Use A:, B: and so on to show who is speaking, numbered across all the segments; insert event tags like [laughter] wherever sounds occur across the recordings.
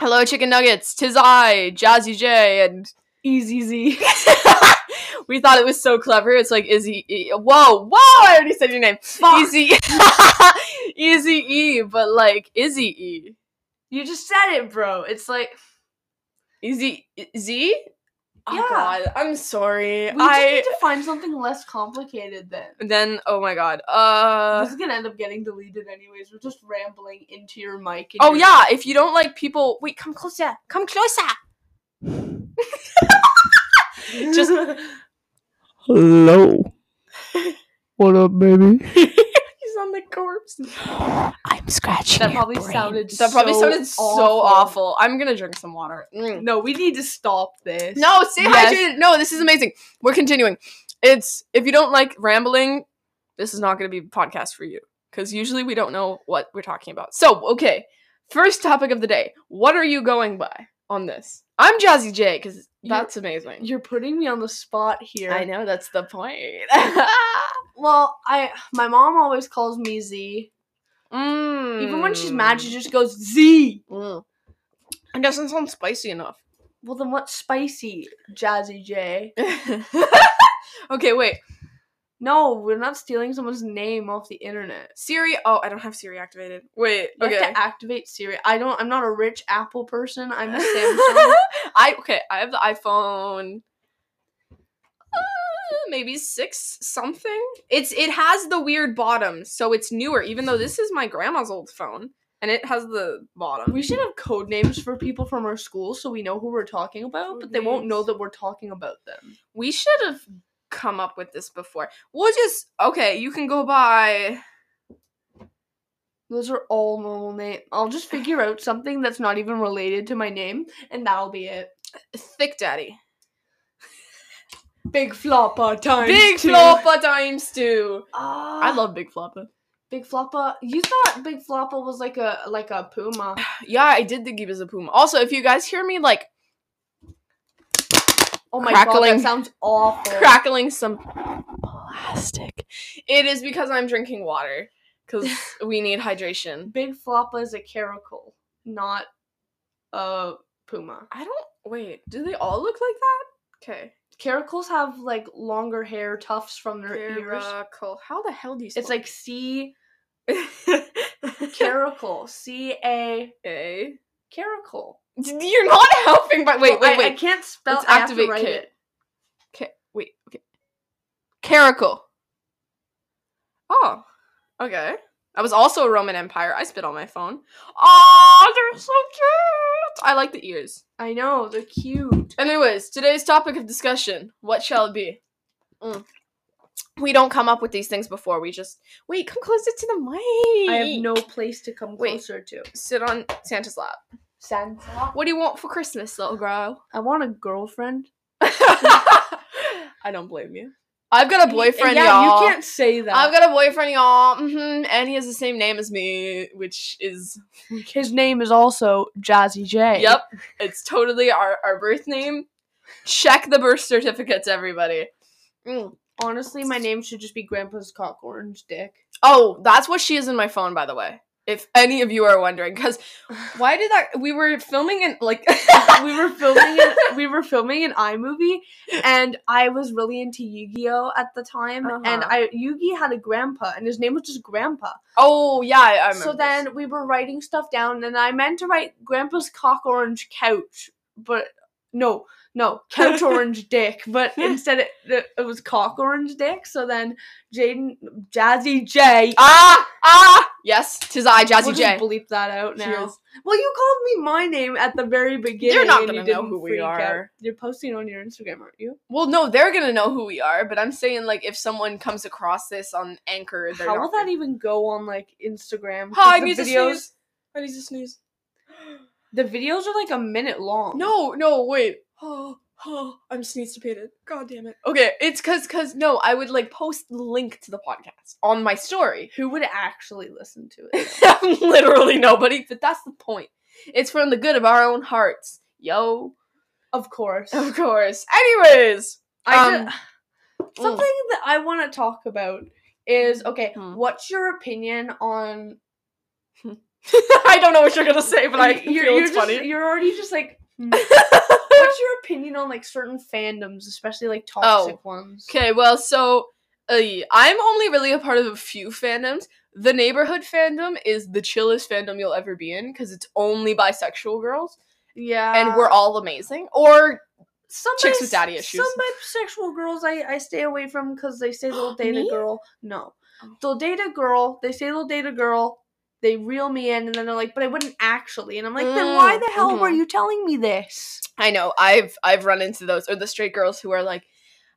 A: Hello, chicken nuggets. Tis I, Jazzy J, and
B: Easy Z.
A: [laughs] we thought it was so clever. It's like Izzy. E- whoa, whoa! I already said your name.
B: Fuck.
A: Easy, E. [laughs] Easy E, but like Izzy E,
B: You just said it, bro. It's like
A: Izzy Z. Oh
B: Yeah.
A: God, I'm sorry.
B: we just
A: I
B: need to find something less complicated then.
A: then oh my God. Uh.
B: this is gonna end up getting deleted anyways. We're just rambling into your mic. and
A: Oh
B: your-
A: yeah, if you don't like people, wait, come closer, come closer.
B: [laughs]
A: Just [laughs]
C: Hello. what up, baby?
A: he's on the corpse.
C: I'm scratching.
B: that probably sounded.
A: That probably
B: so
A: sounded so awful. I'm gonna drink some water. Mm.
B: No, we need to stop this.
A: No, stay
B: Yes.
A: hydrated. No, this is amazing. We're continuing. It's if you don't like rambling, this is not going to be a podcast for you because usually we don't know what we're talking about. So, okay, first topic of the day. What are you going by on this? I'm Jazzy J because
B: You're-
A: that's amazing.
B: you're putting me on the spot here.
A: I know that's the point.
B: [laughs] Well, I my mom always calls me Z.
A: Mm.
B: Even when she's mad, she just goes Z.
A: Mm. It doesn't sound spicy enough.
B: Well, then what's spicy, Jazzy J?
A: [laughs] okay, wait.
B: No, we're not stealing someone's name off the internet.
A: Siri. Oh, I don't have Siri activated. Wait.
B: You
A: okay.
B: have to activate Siri. I don't. I'm not a rich Apple person. I'm
A: [laughs]
B: a Samsung.
A: I okay. I have the iPhone. uh, Maybe six something. It's it has the weird bottom, so it's newer. Even though this is my grandma's old phone, and it has the bottom.
B: we should have code names for people from our school so we know who we're talking about, but
A: Code
B: they won't know
A: names.
B: that we're talking about them.
A: We should have come up with this before. We'll just okay. You can go by.
B: Those are all normal names. I'll just figure out something that's not even related to my name, and that'll be it.
A: Thick Daddy.
B: Big Floppa times
A: Big
B: two.
A: Floppa times two.
B: Ah.
A: I love Big Floppa.
B: Big Floppa. You thought Big Floppa was like a like a puma.
A: Yeah, I did think he was a puma. Also, if you guys hear me like
B: Oh my god,
A: Crackling.
B: that sounds awful.
A: crackling some plastic. It is because I'm drinking water because
B: [laughs]
A: we need hydration.
B: Big Floppa is a caracal, not a puma.
A: I don't wait. Do they all look like that? Okay.
B: Caracals have like longer hair tufts from their ears.
A: Caracal. How the hell do you? [laughs]
B: It's like C
A: like
B: caracal, C A
A: A.
B: caracal.
A: [laughs] You're not helping. But wait,
B: Well,
A: wait,
B: I- I
A: wait.
B: can't spell.
A: Let's
B: I have to
A: activate
B: write
A: K.
B: it.
A: Okay, wait. Okay. Caracal. Oh. Okay. I was also a Roman Empire. I spit on my phone. Oh, they're so cute. I like the ears.
B: I know they're cute.
A: Anyways, today's topic of discussion: What shall it be? Mm. We don't come up with these things before. We just wait. Come closer to the mic.
B: I have no place to come
A: Wait.
B: closer to.
A: sit on Santa's lap.
B: Santa.
A: What do you want for Christmas, little
B: [laughs]
A: girl? [laughs]
B: I want a girlfriend.
A: I don't blame you. I've got a boyfriend,
B: yeah,
A: y'all.
B: you can't say that.
A: I've got a boyfriend, y'all, hmm and he has the same name as me, which is
B: His name is also Jazzy J.
A: yep, it's totally our our birth name. Check the birth certificates, everybody. Mm.
B: Honestly, my name should just be Grandpa's cock orange dick.
A: Oh, that's what she is in my phone, by the way. If any of you are wondering, [sighs] because why did that? We were filming and like [laughs]
B: we were filming an, we were filming an iMovie and I was really into Yu-Gi-Oh at the time and
A: Uh-huh.
B: I Yu-Gi had a grandpa and his name was just grandpa.
A: oh yeah, I, I remember.
B: So
A: this.
B: then we were writing stuff down and I meant to write grandpa's cock orange couch, but no, no,
A: [laughs]
B: couch orange dick, but instead it, it, it was cock orange dick. So then Jaden Jazzy J
A: ah ah yes, tis I, Jazzy
B: we'll
A: J.
B: Just bleep that out now.
A: Cheers.
B: Well, you called me my name at the very beginning.
A: They're not
B: and
A: gonna
B: you
A: know
B: didn't
A: who we
B: freak out.
A: are.
B: You're posting on your Instagram, aren't you?
A: well, no, they're gonna know who we are, but I'm saying like if someone comes across this on Anchor, they're
B: How
A: not
B: will that
A: gonna-
B: even go on like Instagram? 'Cause
A: Hi, I
B: the
A: need to
B: videos,
A: sneeze. I need to sneeze.
B: The videos are like a minute long.
A: No, no, wait. Oh, oh, I'm sneeze-depated. God damn it. Okay, it's cause cause no, I would like post the link to the podcast on my story. [laughs]
B: who would actually listen to it?
A: Literally nobody, but that's the point. It's from the good of our own hearts. Yo.
B: of course.
A: Of course. Anyways. [laughs]
B: I
A: um, [sighs]
B: ju- something that I want to talk about is okay.
A: Mm-hmm. Hmm.
B: What's your opinion on
A: I don't know what you're gonna say, but
B: [laughs]
A: I
B: you're,
A: feel
B: you're
A: it's
B: just-
A: funny.
B: You're already just like.
A: [laughs]
B: hmm. What's your opinion on like certain fandoms, especially like
A: Oh.
B: toxic ones?
A: Okay, well, so uh, I'm only really a part of a few fandoms. The neighborhood fandom is the chillest fandom you'll ever be in because it's only bisexual girls,
B: Yeah,
A: and we're all amazing. Or
B: some
A: chicks
B: bis-
A: with daddy issues.
B: Some bisexual girls I, I stay away from because they
A: [gasps]
B: say they'll date
A: me?
B: a girl. No,
A: Oh.
B: they'll date a girl. They say they'll date a girl. They reel me in, and then they're like, "But I wouldn't actually." And I'm like, "Then why
A: Mm,
B: the hell were
A: mhm.
B: you telling me this?"
A: I know I've I've run into those or the straight girls who are like,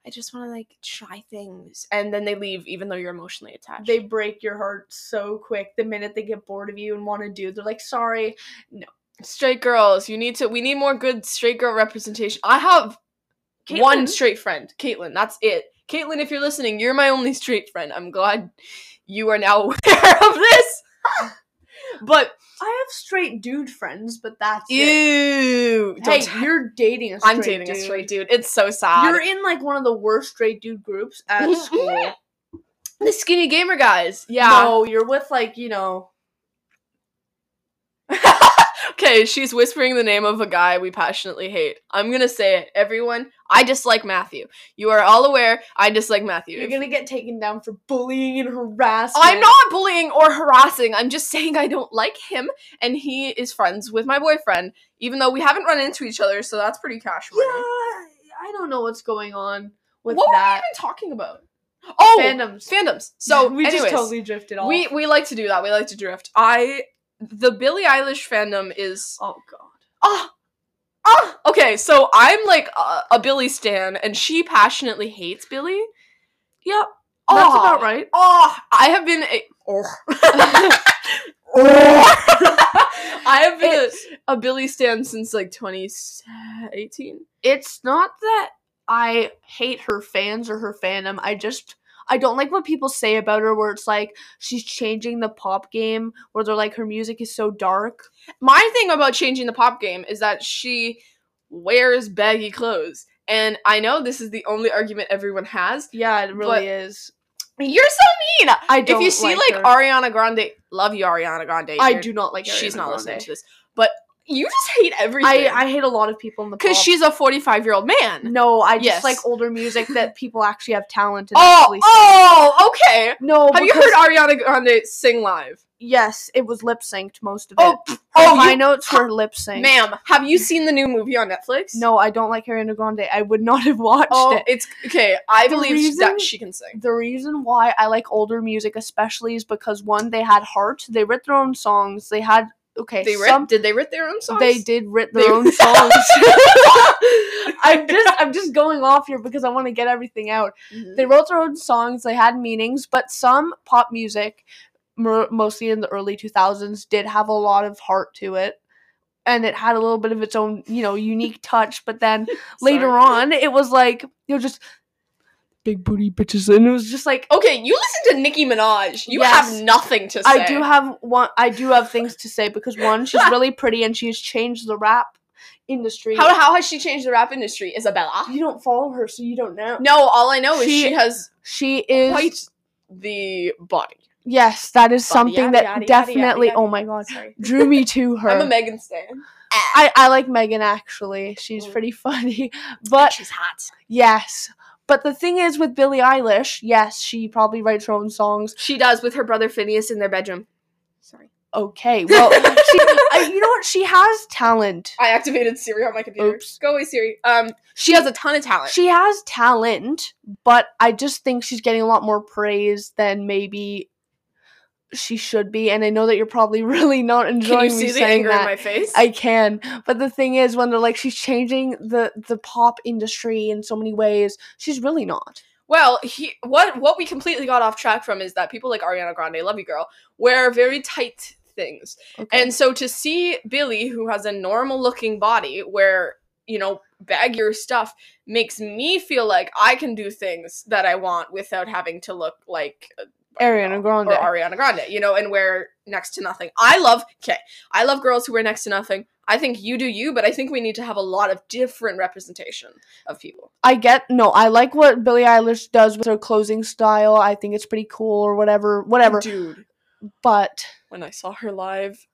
A: I just want to like try things, and then they leave even though you're emotionally attached.
B: They break your heart so quick the minute they get bored of you and want to do. They're like, "Sorry."
A: straight girls, you need to. We need more good straight girl representation. I have one
B: Caitlin,
A: straight friend, Caitlin. That's it. Caitlin, if you're listening, you're my only straight friend. I'm glad you are now [laughs] aware of this. but
B: I have straight dude friends, but that's it.
A: ew, don't
B: Hey,
A: t-
B: you're dating a straight
A: I'm dating
B: dude.
A: a straight dude. It's so sad.
B: You're in like one of the worst straight dude groups
A: [laughs]
B: at school.
A: the skinny gamer guys. Yeah.
B: No, you're with like, you know,
A: [laughs] okay, she's whispering the name of a guy we passionately hate. I'm gonna say it, everyone. I dislike Matthew. You are all aware. I dislike Matthew.
B: you're
A: If-
B: gonna get taken down for bullying and harassment.
A: I'm not bullying or harassing. I'm just [laughs] saying I don't like him, and he is friends with my boyfriend, even though we haven't run into each other. So that's pretty casual.
B: Yeah, I don't know what's going on with
A: what were we
B: that.
A: even talking about? Oh,
B: Fandoms.
A: fandoms. So
B: [laughs] we
A: anyways,
B: just totally drifted off.
A: we we like to do that. We like to drift. I the Billie Eilish fandom is
B: oh god.
A: ah ah okay. So I'm like a, a Billie stan, and she passionately hates Billie. Yep,
B: That's
A: Ah.
B: about right.
A: Oh, I have been a. Oh.
B: [laughs]
A: I have been
B: It's,
A: a, a Billy Stan since like 2018.
B: it's not that I hate her fans or her fandom. I just I don't like what people say about her where it's like she's changing the pop game where they're like her music is so dark.
A: My thing about changing the pop game is that she wears baggy clothes. And I know this is the only argument everyone has.
B: Yeah, it really
A: But-
B: is.
A: You're so mean.
B: I
A: If
B: don't
A: you see like,
B: her.
A: Ariana Grande, love you Ariana Grande.
B: I
A: you're-
B: do not like.
A: She's
B: Ariana
A: not listening
B: Grande.
A: to this. But you just hate everything.
B: I I hate a lot of people in the
A: because
B: pop.
A: she's a 45 year old man.
B: no. I just
A: Yes.
B: like older music
A: [laughs]
B: that people actually have talent. And
A: Oh,
B: actually
A: oh, okay.
B: sing. no.
A: Have you
B: because-
A: heard Ariana Grande sing live?
B: Yes, it was lip synced most of it.
A: Oh,
B: Her
A: oh,
B: high
A: you- [gasps]
B: notes were lip synced.
A: ma'am, have you seen the new movie on Netflix?
B: No, I don't like Ariana Grande. I would not have watched
A: Oh,
B: it.
A: it's okay. I
B: The
A: believe
B: reason-
A: that she can sing.
B: The reason why I like older music, especially, is because one, they had heart. They wrote their own songs. They had okay.
A: They writ,
B: some-
A: did they writ their own songs?
B: They did writ
A: They-
B: their own songs. [laughs] I'm just I'm just going off here because I want to get everything out.
A: Mhm.
B: they wrote their own songs they had meanings but some pop music mer- mostly in the early 2000s did have a lot of heart to it and it had a little bit of its own you know unique touch but then later
A: [laughs] Sorry.
B: on it was like you know just
C: Big booty bitches.
B: and it was just like
A: Okay, you listen to Nicki Minaj. You
B: Yes.
A: have nothing to say.
B: i do have one i do have things to say because
A: [laughs]
B: one she's really pretty and she has changed the rap industry
A: How how has she changed the rap industry, Isabella?
B: you don't follow her so you don't know
A: No, all I know is
B: She
A: she, has
B: she is
A: quite the body.
B: yes that is
A: Body,
B: something
A: yadda,
B: that
A: yadda, yadda,
B: definitely
A: yadda,
B: oh
A: yadda.
B: my god
A: Sorry,
B: drew me to her
A: [laughs] I'm a Megan stan.
B: I, I like Megan actually. She's
A: Mm.
B: pretty [laughs] funny. But
A: she's hot.
B: yes. But the thing is with Billie Eilish, yes, she probably writes her own songs.
A: She does with her brother Phineas in their bedroom. Sorry.
B: Okay. Well,
A: [laughs]
B: she, I, you know what? She has talent.
A: I activated Siri on my computer.
B: Oops.
A: Go away, Siri. Um, she has a ton of talent.
B: She has talent, but I just think she's getting a lot more praise than maybe she should be. And I know that you're probably [laughs] really not
A: Can
B: enjoying
A: you see
B: me
A: the
B: saying
A: anger
B: that.
A: in my face?
B: I can. But the thing is when they're like she's changing the the pop industry in so many ways, she's really not.
A: well, he, what what we completely got off track from is that people like Ariana Grande, love you girl, wear very tight things,
B: Okay.
A: and so to see Billy, who has a normal looking body, where you know baggier stuff makes me feel like I can do things that I want without having to look like
B: Ariana Grande.
A: or Ariana Grande, you know, and wear next to nothing. I love okay, I love girls who wear next to nothing. I think you do you, but I think we need to have a lot of different representation of people.
B: I get no. I like what Billie Eilish does with her closing style.
A: Mm-hmm.
B: I think it's pretty cool or whatever, whatever.
A: Dude,
B: But
A: when I saw her live,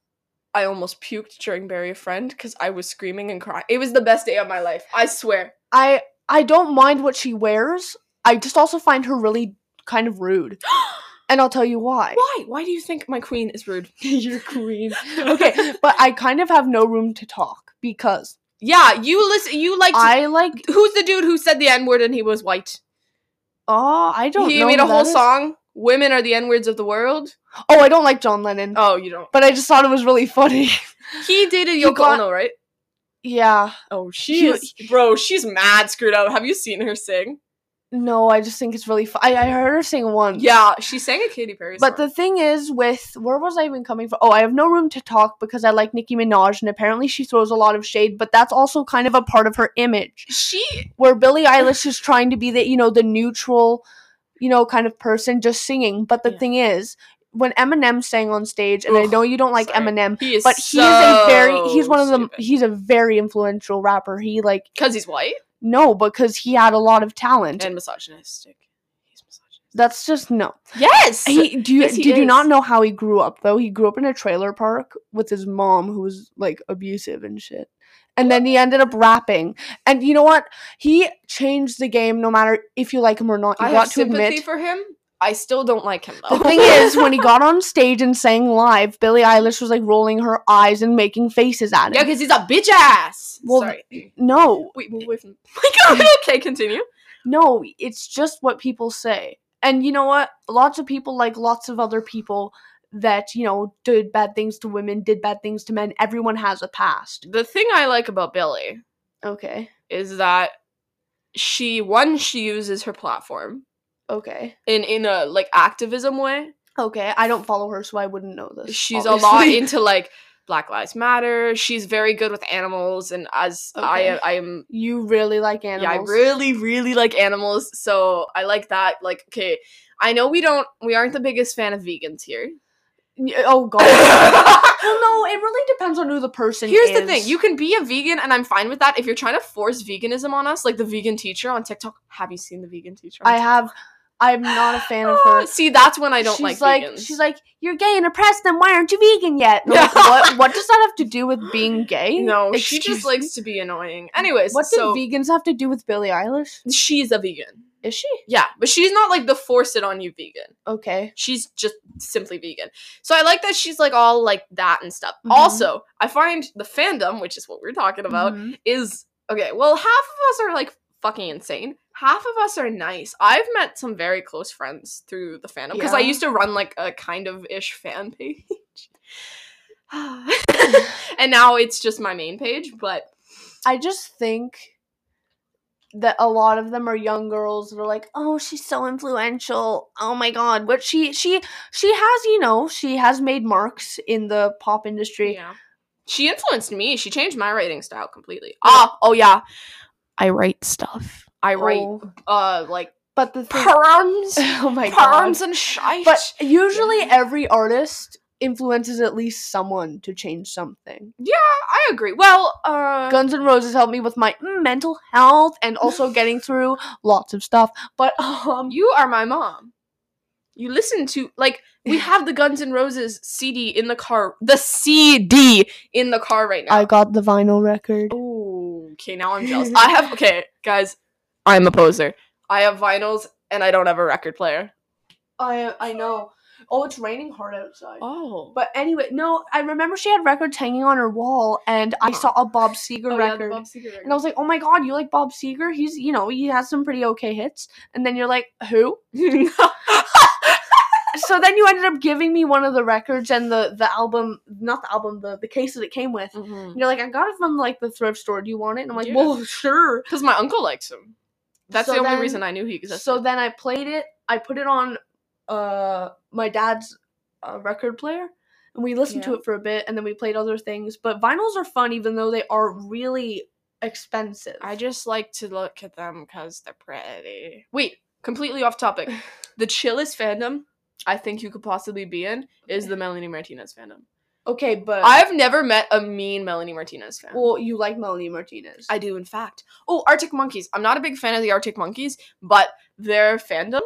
A: I almost puked during bury a friend because I was screaming and crying. It was the best day of my life. I swear. [gasps]
B: I I don't mind what she wears. I just also find her really kind of rude. And I'll tell you why.
A: Why? [laughs] Why do you think my queen is rude?
B: Your queen. [laughs] okay, but I kind of have no room to talk because
A: Yeah, you listen. You like.
B: I like
A: who's the dude who said the N word and he was white?
B: oh, I don't
A: He
B: know.
A: made
B: who
A: a whole
B: that is.
A: song. Women are the N words of the world.
B: Oh, I don't like John Lennon.
A: Oh, you don't.
B: But I just thought it was really funny. [laughs]
A: He dated
B: He
A: Yoko
B: got-
A: Ono, right?
B: yeah.
A: Oh,
B: He-
A: she's bro. She's mad screwed up. Have you seen her sing?
B: No, I just think it's really fun. I, I heard her sing once.
A: Yeah, she sang a Katy Perry song.
B: But the thing is, with where was I even coming from? Oh, I have no room to talk because I like Nicki Minaj, and apparently she throws a lot of shade. But that's also kind of a part of her image,
A: she
B: where Billie Eilish is trying to be the you know the neutral, you know kind of person just singing. But the
A: Yeah.
B: thing is, when Eminem sang on stage, and I
A: Ugh,
B: know you don't like
A: sorry.
B: Eminem,
A: he is,
B: but he is a very he's one of the he's a very influential rapper. He like
A: because he's white
B: no because he had a lot of talent.
A: and misogynistic. He's misogynistic.
B: that's just no.
A: Yes,
B: He do you,
A: yes, he
B: did you not
A: is.
B: know how he grew up though? He grew up in a trailer park with his mom who was like abusive and shit. And then he ended up rapping. And you know what? He changed the game no matter if you like him or not. You
A: I
B: got
A: have
B: to
A: sympathy
B: admit.
A: for him. I still don't like him though.
B: the thing is, when he got on stage and sang live, Billie Eilish was like rolling her eyes and making faces at him.
A: yeah, because he's a bitch ass.
B: Well,
A: Sorry.
B: no,
A: [laughs] Wait, [laughs] move away from. My God. Okay, continue.
B: no, it's just what people say. And you know what? Lots of people, like lots of other people that, you know, did bad things to women, did bad things to men. Everyone has a past.
A: The thing I like about Billy
B: Okay.
A: is that she one she uses her platform
B: Okay.
A: in in a like activism way.
B: Okay. I don't follow her, so I wouldn't know this.
A: She's a lot
B: [laughs] obviously.
A: into like Black Lives Matter. She's very good with animals, and as
B: Okay.
A: I I am
B: You really like animals.
A: Yeah, I really, really like animals, so I like that. Like, okay, I know we don't, we aren't the biggest fan of vegans here.
B: Y- Oh god. [laughs] well, no, it really depends on who the person
A: Here's
B: is.
A: the thing: you can be a vegan, and I'm fine with that. If you're trying to force veganism on us, like the vegan teacher on TikTok, have you seen the vegan teacher? on
B: I have. I'm not a fan of
A: TikTok?
B: her.
A: See, that's when I don't
B: she's
A: like, vegans.
B: She's like, you're gay and oppressed. Then why aren't you vegan yet? And I'm
A: [laughs]
B: like, what? What does that have to do with being gay?
A: no, she
B: Excuse
A: just
B: me?
A: likes to be annoying. Anyways,
B: What
A: so
B: did vegans have to do with Billie Eilish?
A: she's a vegan.
B: Is she
A: Yeah, but she's not like the force it on you vegan.
B: okay?
A: she's just simply vegan. So I like that she's like all like that and stuff.
B: Mhm.
A: Also, I find the fandom, which is what we're talking about,
B: Mhm.
A: is okay. Well, half of us are like fucking insane. Half of us are nice. I've met some very close friends through the fandom because I
B: Yeah.
A: used to run like a kind of ish fan [laughs] page.
B: [laughs]
A: and now it's just my main page, but
B: I just think that a lot of them are young girls that are like, "Oh, she's so influential. Oh my god." But she she she has, you know, she has made marks in the pop industry.
A: yeah. She influenced me. She changed my writing style completely. Ah, oh yeah. I write stuff. I write
B: Oh,
A: uh like
B: but the thing
A: [laughs] perms,
B: [laughs] Oh my god.
A: perms and shite.
B: But [laughs] usually
A: Yeah.
B: every artist influences at least someone to change something.
A: I agree. Well, uh,
B: Guns N' Roses helped me with my mental health and [laughs] also getting through lots of stuff. But [laughs] um
A: you are my mom. You listen to like we have the Guns N' Roses CD in the car, the CD in the car right now.
B: I got the vinyl record.
A: Ooh, okay, now I'm jealous.
B: [laughs]
A: I have okay, guys. I'm a poser. I have vinyls and I don't have a record player.
B: I I know. Oh, it's raining hard outside.
A: Oh,
B: But anyway, no, I remember she had records hanging on her wall, and [gasps] I saw a Bob Seger
A: oh, yeah, the
B: record.
A: Bob Seger record.
B: and I was like, oh my god, you like Bob Seger? He's, you know, he has some pretty okay hits. And then you're like, who? [laughs] so then you ended up giving me one of the records and the the album, not the album, the, the case that it came with.
A: Mhm.
B: And you're like, I got it from like the thrift store. Do you want it? And I'm like,
A: Yeah.
B: well, sure.
A: Because my uncle likes him. That's
B: So
A: the only
B: then-
A: reason I knew he existed.
B: So then I played it. I put it on uh my dad's uh, record player, and we listened to
A: Yeah.
B: it for a bit, and then we played other things. But vinyls are fun, even though they are really expensive.
A: I just like to look at them because they're pretty. Wait, completely off [laughs] topic. The chillest fandom I think you could possibly be in is the Melanie Martinez fandom.
B: okay, but
A: I've never met a mean Melanie Martinez fan.
B: well, you like Melanie Martinez.
A: I do, in fact. Oh, Arctic Monkeys. I'm not a big fan of the Arctic Monkeys, but their fandom.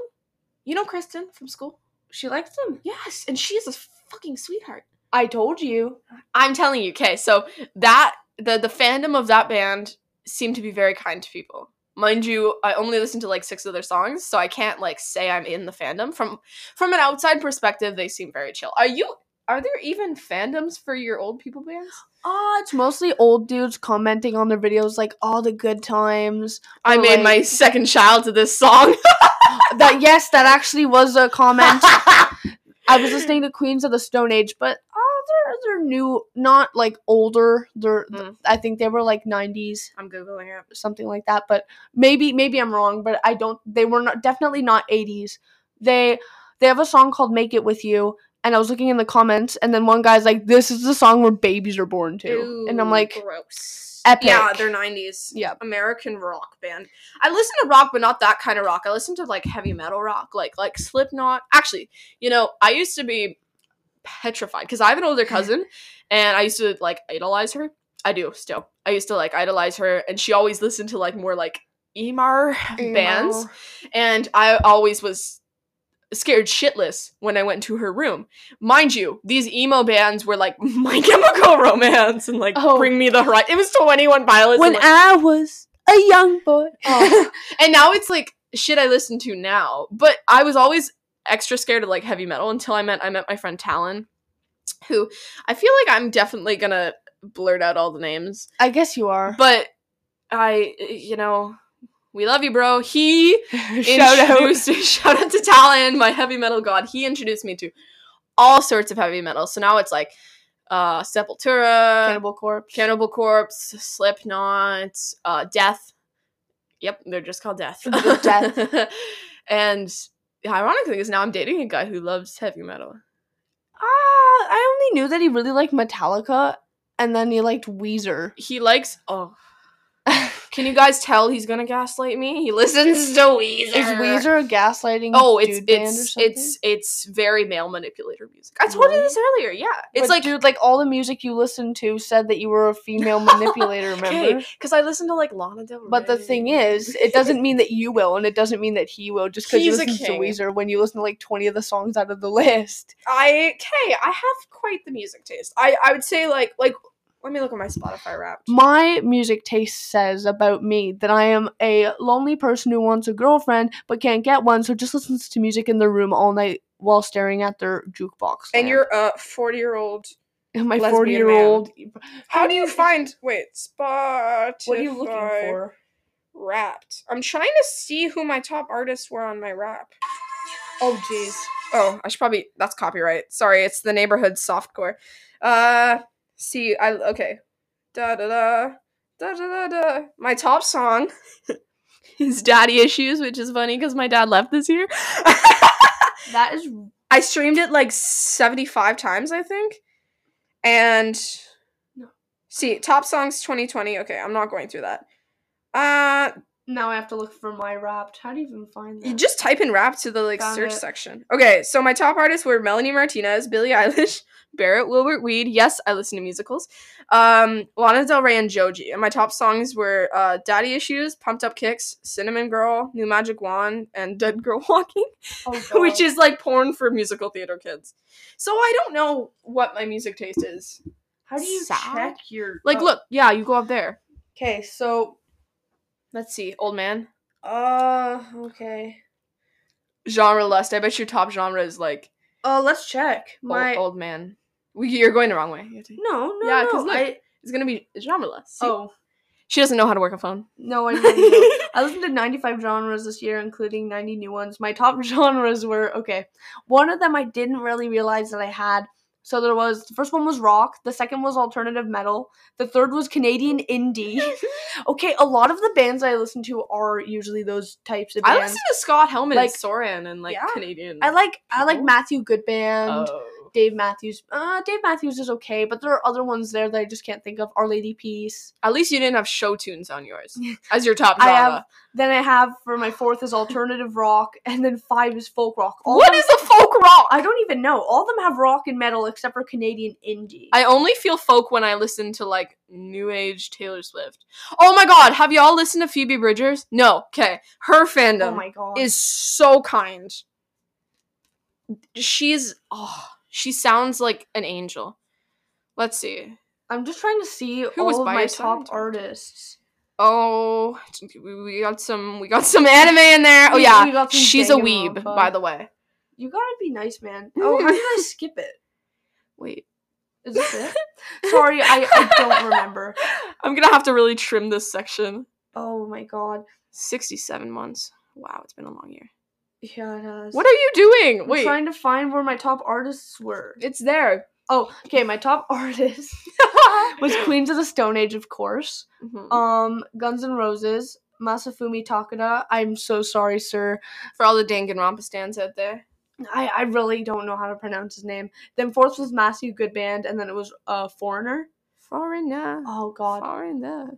A: You know Kristen from school?
B: she likes them.
A: Yes, and she is a fucking sweetheart.
B: I told you.
A: I'm telling you, okay, so that the the fandom of that band seemed to be very kind to people. Mind you, I only listened to like six of their songs, so I can't like say I'm in the fandom. From from an outside perspective, they seem very chill. Are you are there even fandoms for your old people bands?
B: Ah, it's mostly old dudes commenting on their videos like all the good times. [laughs]
A: I
B: Or,
A: made
B: like-
A: my second child to this [laughs] song.
B: that yes, that actually was a [laughs] comment.
A: I
B: I was listening to Queens of the Stone Age, but uh, they're they're new, not like older. They're th-
A: Mm.
B: I think they were like nineties,
A: I'm googling it.
B: something like that. But maybe maybe I'm wrong, but I don't. They were not definitely not eighties. They they have a song called "Make It With You," and I was looking in the comments, and then one guy's like, "This is the song where babies are born to," and I'm like,
A: gross.
B: epic.
A: Yeah, they're 90s.
B: Yeah.
A: American rock band. I listen to rock, but not that kind of rock. I listen to like heavy metal rock, like like Slipknot. Actually, you know, I used to be petrified because I have an
B: [laughs]
A: older cousin, and I used to like idolize her. I do still. I used to like idolize her, and she always listened to like more like Emar bands, and I always was scared shitless when I went to her room. Mind you, these emo bands were like [laughs] My Chemical Romance and like
B: Oh.
A: Bring Me the Horizon. It was Twenty One Pilots.
B: When
A: and, like-
B: I was a young [laughs] boy. Oh.
A: and now it's like shit I listen to now. But I was always extra scared of like heavy metal until I met I met my friend Talon, who I feel like I'm definitely gonna blurt out all the names.
B: I guess you are.
A: But I, you know, we love you, bro. He
B: [laughs] Shout out.
A: introduced [laughs] shout out to Talon, my heavy metal god. He introduced me to all sorts of heavy metal. So now it's like uh Sepultura, Cannibal,
B: [laughs] Cannibal Corpse.
A: Corpse, Slipknot, uh Death. Yep, they're just called Death.
B: Death.
A: [laughs] and the ironic thing is now I'm dating a guy who loves heavy metal.
B: Ah, I only knew that he really liked Metallica, and then he liked Weezer. [laughs]
A: He likes oh can you guys tell he's gonna gaslight me? He listens to Weezer.
B: Is Weezer a gaslighting?
A: Oh, it's
B: dude band or
A: it's
B: something?
A: it's it's very male manipulator music. I told you this earlier. Yeah, it's
B: But
A: like
B: dude, like all the music you listened to said that you were a
A: [laughs]
B: female manipulator. Remember?
A: because I listen to like Lana Del Rey.
B: But the thing is, it doesn't mean that you will, and it doesn't mean that he will. Just because you
A: He's a
B: listen to
A: king.
B: Weezer, when you listen to like twenty of the songs out of the list,
A: I okay, I have quite the music taste. I I would say like like let me look at my Spotify Wrapped.
B: my music taste says about me that I am a lonely person who wants a girlfriend but can't get one, so just listens to music in their room all night while staring at their jukebox.
A: And
B: lamp.
A: you're a forty year old.
B: [laughs] my
A: lesbian
B: forty year old.
A: How do you find? Wait, Spotify.
B: [laughs] What are you looking for?
A: Wrapped. I'm trying to see who my top artists were on my rap.
B: Oh jeez.
A: Oh, I should probably. That's copyright. Sorry, it's the neighborhood softcore. Uh, see, I okay. Da da da da da da da. My top song [laughs] is "Daddy Issues," which is funny because my dad left this year. [laughs]
B: That is
A: I streamed it like seventy-five times, I think. And
B: No.
A: see, top songs 2020. Okay, I'm not going through that. Uh,
B: now I have to look for my wrapped. How do you even find
A: you just type in rap to the like
B: Found
A: search
B: it.
A: section. Okay, so my top artists were Melanie Martinez, Billie Eilish, [laughs] Barrett Wilbert Weed. Yes, I listen to musicals. Um, Lana Del Rey and Joji. And my top songs were uh, Daddy Issues, Pumped Up Kicks, Cinnamon Girl, New Magic Wand, and Dead Girl [laughs] Walking,
B: Oh,
A: [laughs] which is like porn for musical theater kids. So I don't know what my music taste is.
B: how
A: do you check
B: your Oh,
A: Like, look, yeah, you go up there.
B: Okay, so
A: Let's see, old man.
B: uh okay.
A: Genre lust. I bet your top genre is like
B: Uh let's check.
A: ol-
B: My
A: old man. We, you're going the wrong way. You have to-
B: No, no,
A: oh. Yeah,
B: no.
A: 'cause look,
B: I,
A: It's gonna be genreless. Oh,
B: oh
A: she doesn't know how to work a phone.
B: no, [laughs] I really
A: [laughs]
B: don't. I listened to 95 genres this year, including 90 new ones. My top [laughs] genres were okay. One of them I didn't really realize that I had. So there was the first one was rock, the second was alternative metal, the third was Canadian indie.
A: [laughs]
B: okay, a lot of the bands I listen to are usually those types of
A: I
B: bands.
A: listen to Scott Helman
B: Like-
A: and Soren and like
B: Yeah.
A: Canadian.
B: I like I like
A: people.
B: Matthew Goodband,
A: Oh.
B: Dave Matthews. Uh, Dave Matthews is okay, but there are other ones there that I just can't think of. Our Lady Peace.
A: At least you didn't have show tunes on
B: [laughs]
A: yours as your top
B: I
A: genre.
B: have- Then I have for my fourth is alternative rock, and then five is folk rock. All
A: What
B: them-
A: is a folk rock?
B: I don't even know. All of them have rock and metal except for Canadian indie.
A: I only feel folk when I listen to like new age Taylor Swift. Oh my god, have y'all listened to Phoebe Bridgers? No. Okay. Her fandom.
B: oh my god.
A: is so kind. She's oh, she sounds like an angel. Let's see.
B: I'm just trying to see
A: Who
B: all
A: was
B: of
A: by
B: my
A: your
B: top
A: side?
B: artists.
A: Oh, we we got some. We got some anime in there. Oh
B: We-
A: yeah,
B: we got some
A: she's a weeb,
B: Danganronpa.
A: by the way.
B: You gotta be
A: [laughs]
B: nice, man. Oh, how did I skip it?
A: Wait,
B: Is this it? Sorry, I, I
A: [laughs]
B: don't remember.
A: I'm gonna have to really trim this section.
B: Oh my god.
A: 67 months. Wow, it's been a long year.
B: Yeah, it has.
A: What are you doing?
B: I'm
A: Wait,
B: trying to find where my top artists were.
A: it's [laughs] there.
B: Oh, okay, my top [laughs] artist
A: [laughs]
B: was Queens of the Stone Age, of course.
A: Mhm.
B: Um, Guns N' Roses, Masafumi Takada. I'm so sorry, sir.
A: For all the Danganronpa stands out there.
B: I, I really don't know how to pronounce his name. Then fourth was Matthew Goodband, and then it was uh Foreigner.
A: Foreigner.
B: Oh god.
A: Foreigner.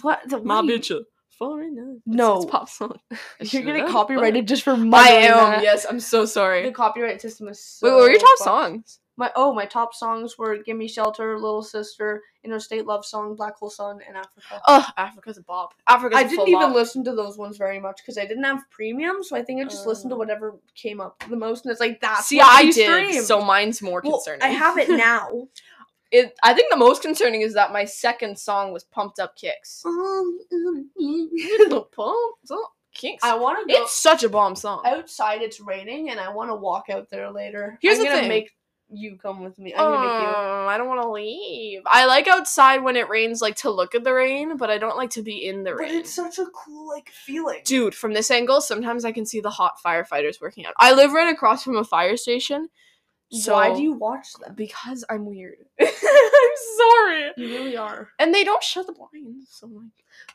B: What the
A: My
B: what are you-
A: bitch. uh, Foreigner.
B: No.
A: It's a pop song.
B: [laughs] You're
A: Should've
B: gonna
A: done,
B: copyright it just for
A: but- I
B: muttering
A: am.
B: that.
A: Yes, I'm so
B: The
A: sorry.
B: copyright system is so
A: Wait, what were your top
B: fucked.
A: songs?
B: My oh, my top songs were "Gimme Shelter," "Little Sister," "Interstate Love Song," "Black Hole Sun," and "Africa."
A: Ugh, Africa's a bop. Africa's
B: I
A: a full
B: didn't even
A: bop.
B: listen to those ones very much because I didn't have premium, so I think I just listened to
A: Oh.
B: whatever came up the most, and it's like that's
A: See,
B: what
A: I
B: we
A: did,
B: streamed.
A: so mine's more
B: Well,
A: concerning.
B: I
A: [laughs]
B: have it now.
A: It, I think the most concerning is that my second song was Pumped Up Kicks.
B: um,
A: [laughs] Pumped Up Kicks.
B: I want to go
A: It's such a bomb song.
B: outside. It's raining, and I want to walk out there later.
A: Here's
B: I'm
A: the
B: gonna
A: thing.
B: make you come with me. I'm gonna make
A: Um, I don't want to leave. I like outside when it rains, like to look at the rain, but I don't like to be in the
B: you. But
A: rain.
B: it's such a cool like feeling.
A: Dude, from this angle, sometimes I can see the hot firefighters working out. I live right across from a fire station. So
B: Why do you watch them?
A: [laughs] Because I'm weird. [laughs] I'm sorry.
B: You really are.
A: And they don't shut the blinds. So like,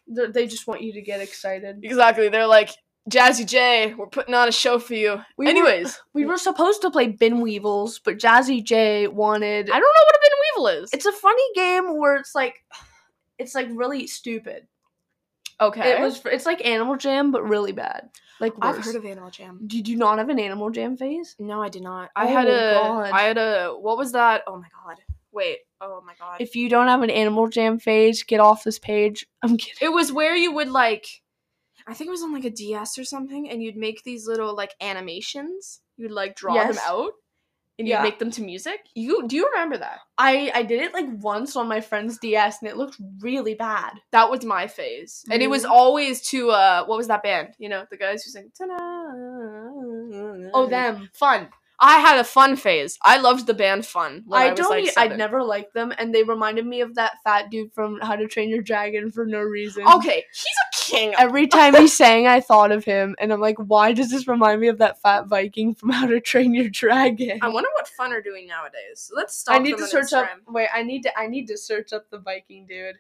B: They're, they just want you to get excited.
A: exactly, they're like, Jazzy J, we're putting on a show for you.
B: We were-
A: Anyways,
B: we were supposed to play Bin Weevils, but Jazzy J wanted.
A: I don't know what a bin weevil is.
B: It's a funny game where it's like, it's like really stupid.
A: okay.
B: It was. It's like Animal Jam, but really bad. Like worse.
A: I've heard of Animal Jam.
B: Did you not have an Animal Jam phase?
A: No, I did not. I
B: Oh,
A: had a.
B: God.
A: I had a. What was that? Oh my god. Wait. Oh my god.
B: If you don't have an Animal Jam phase, get off this page. [laughs] I'm kidding.
A: it was where you would like. I think it was on like a DS or something, and you'd make these little like animations. You'd like draw them
B: Yes.
A: out, and you'd
B: Yeah.
A: make them to music. You do you remember that?
B: I I did it like once on my friend's DS, and it looked really bad.
A: That was my phase, and it was
B: Really?
A: always to uh, what was that band? You know, the guys who sang. Oh,
B: Oh, them.
A: fun. I had a fun phase. I loved the band Fun. When I,
B: I
A: was,
B: don't.
A: like,
B: e-
A: seven.
B: I'd never liked them, and they reminded me of that fat dude from How to Train Your Dragon for no reason.
A: Okay, he's a king.
B: Every time he sang, I thought of him, and I'm like, why does this remind me of that fat Viking from How to Train Your Dragon?
A: I wonder what fun are doing nowadays. Let's stop.
B: Mm-hmm. I need
A: them
B: to
A: on
B: search up.
A: Instagram.
B: Wait, I need to. I need to search up the Viking dude.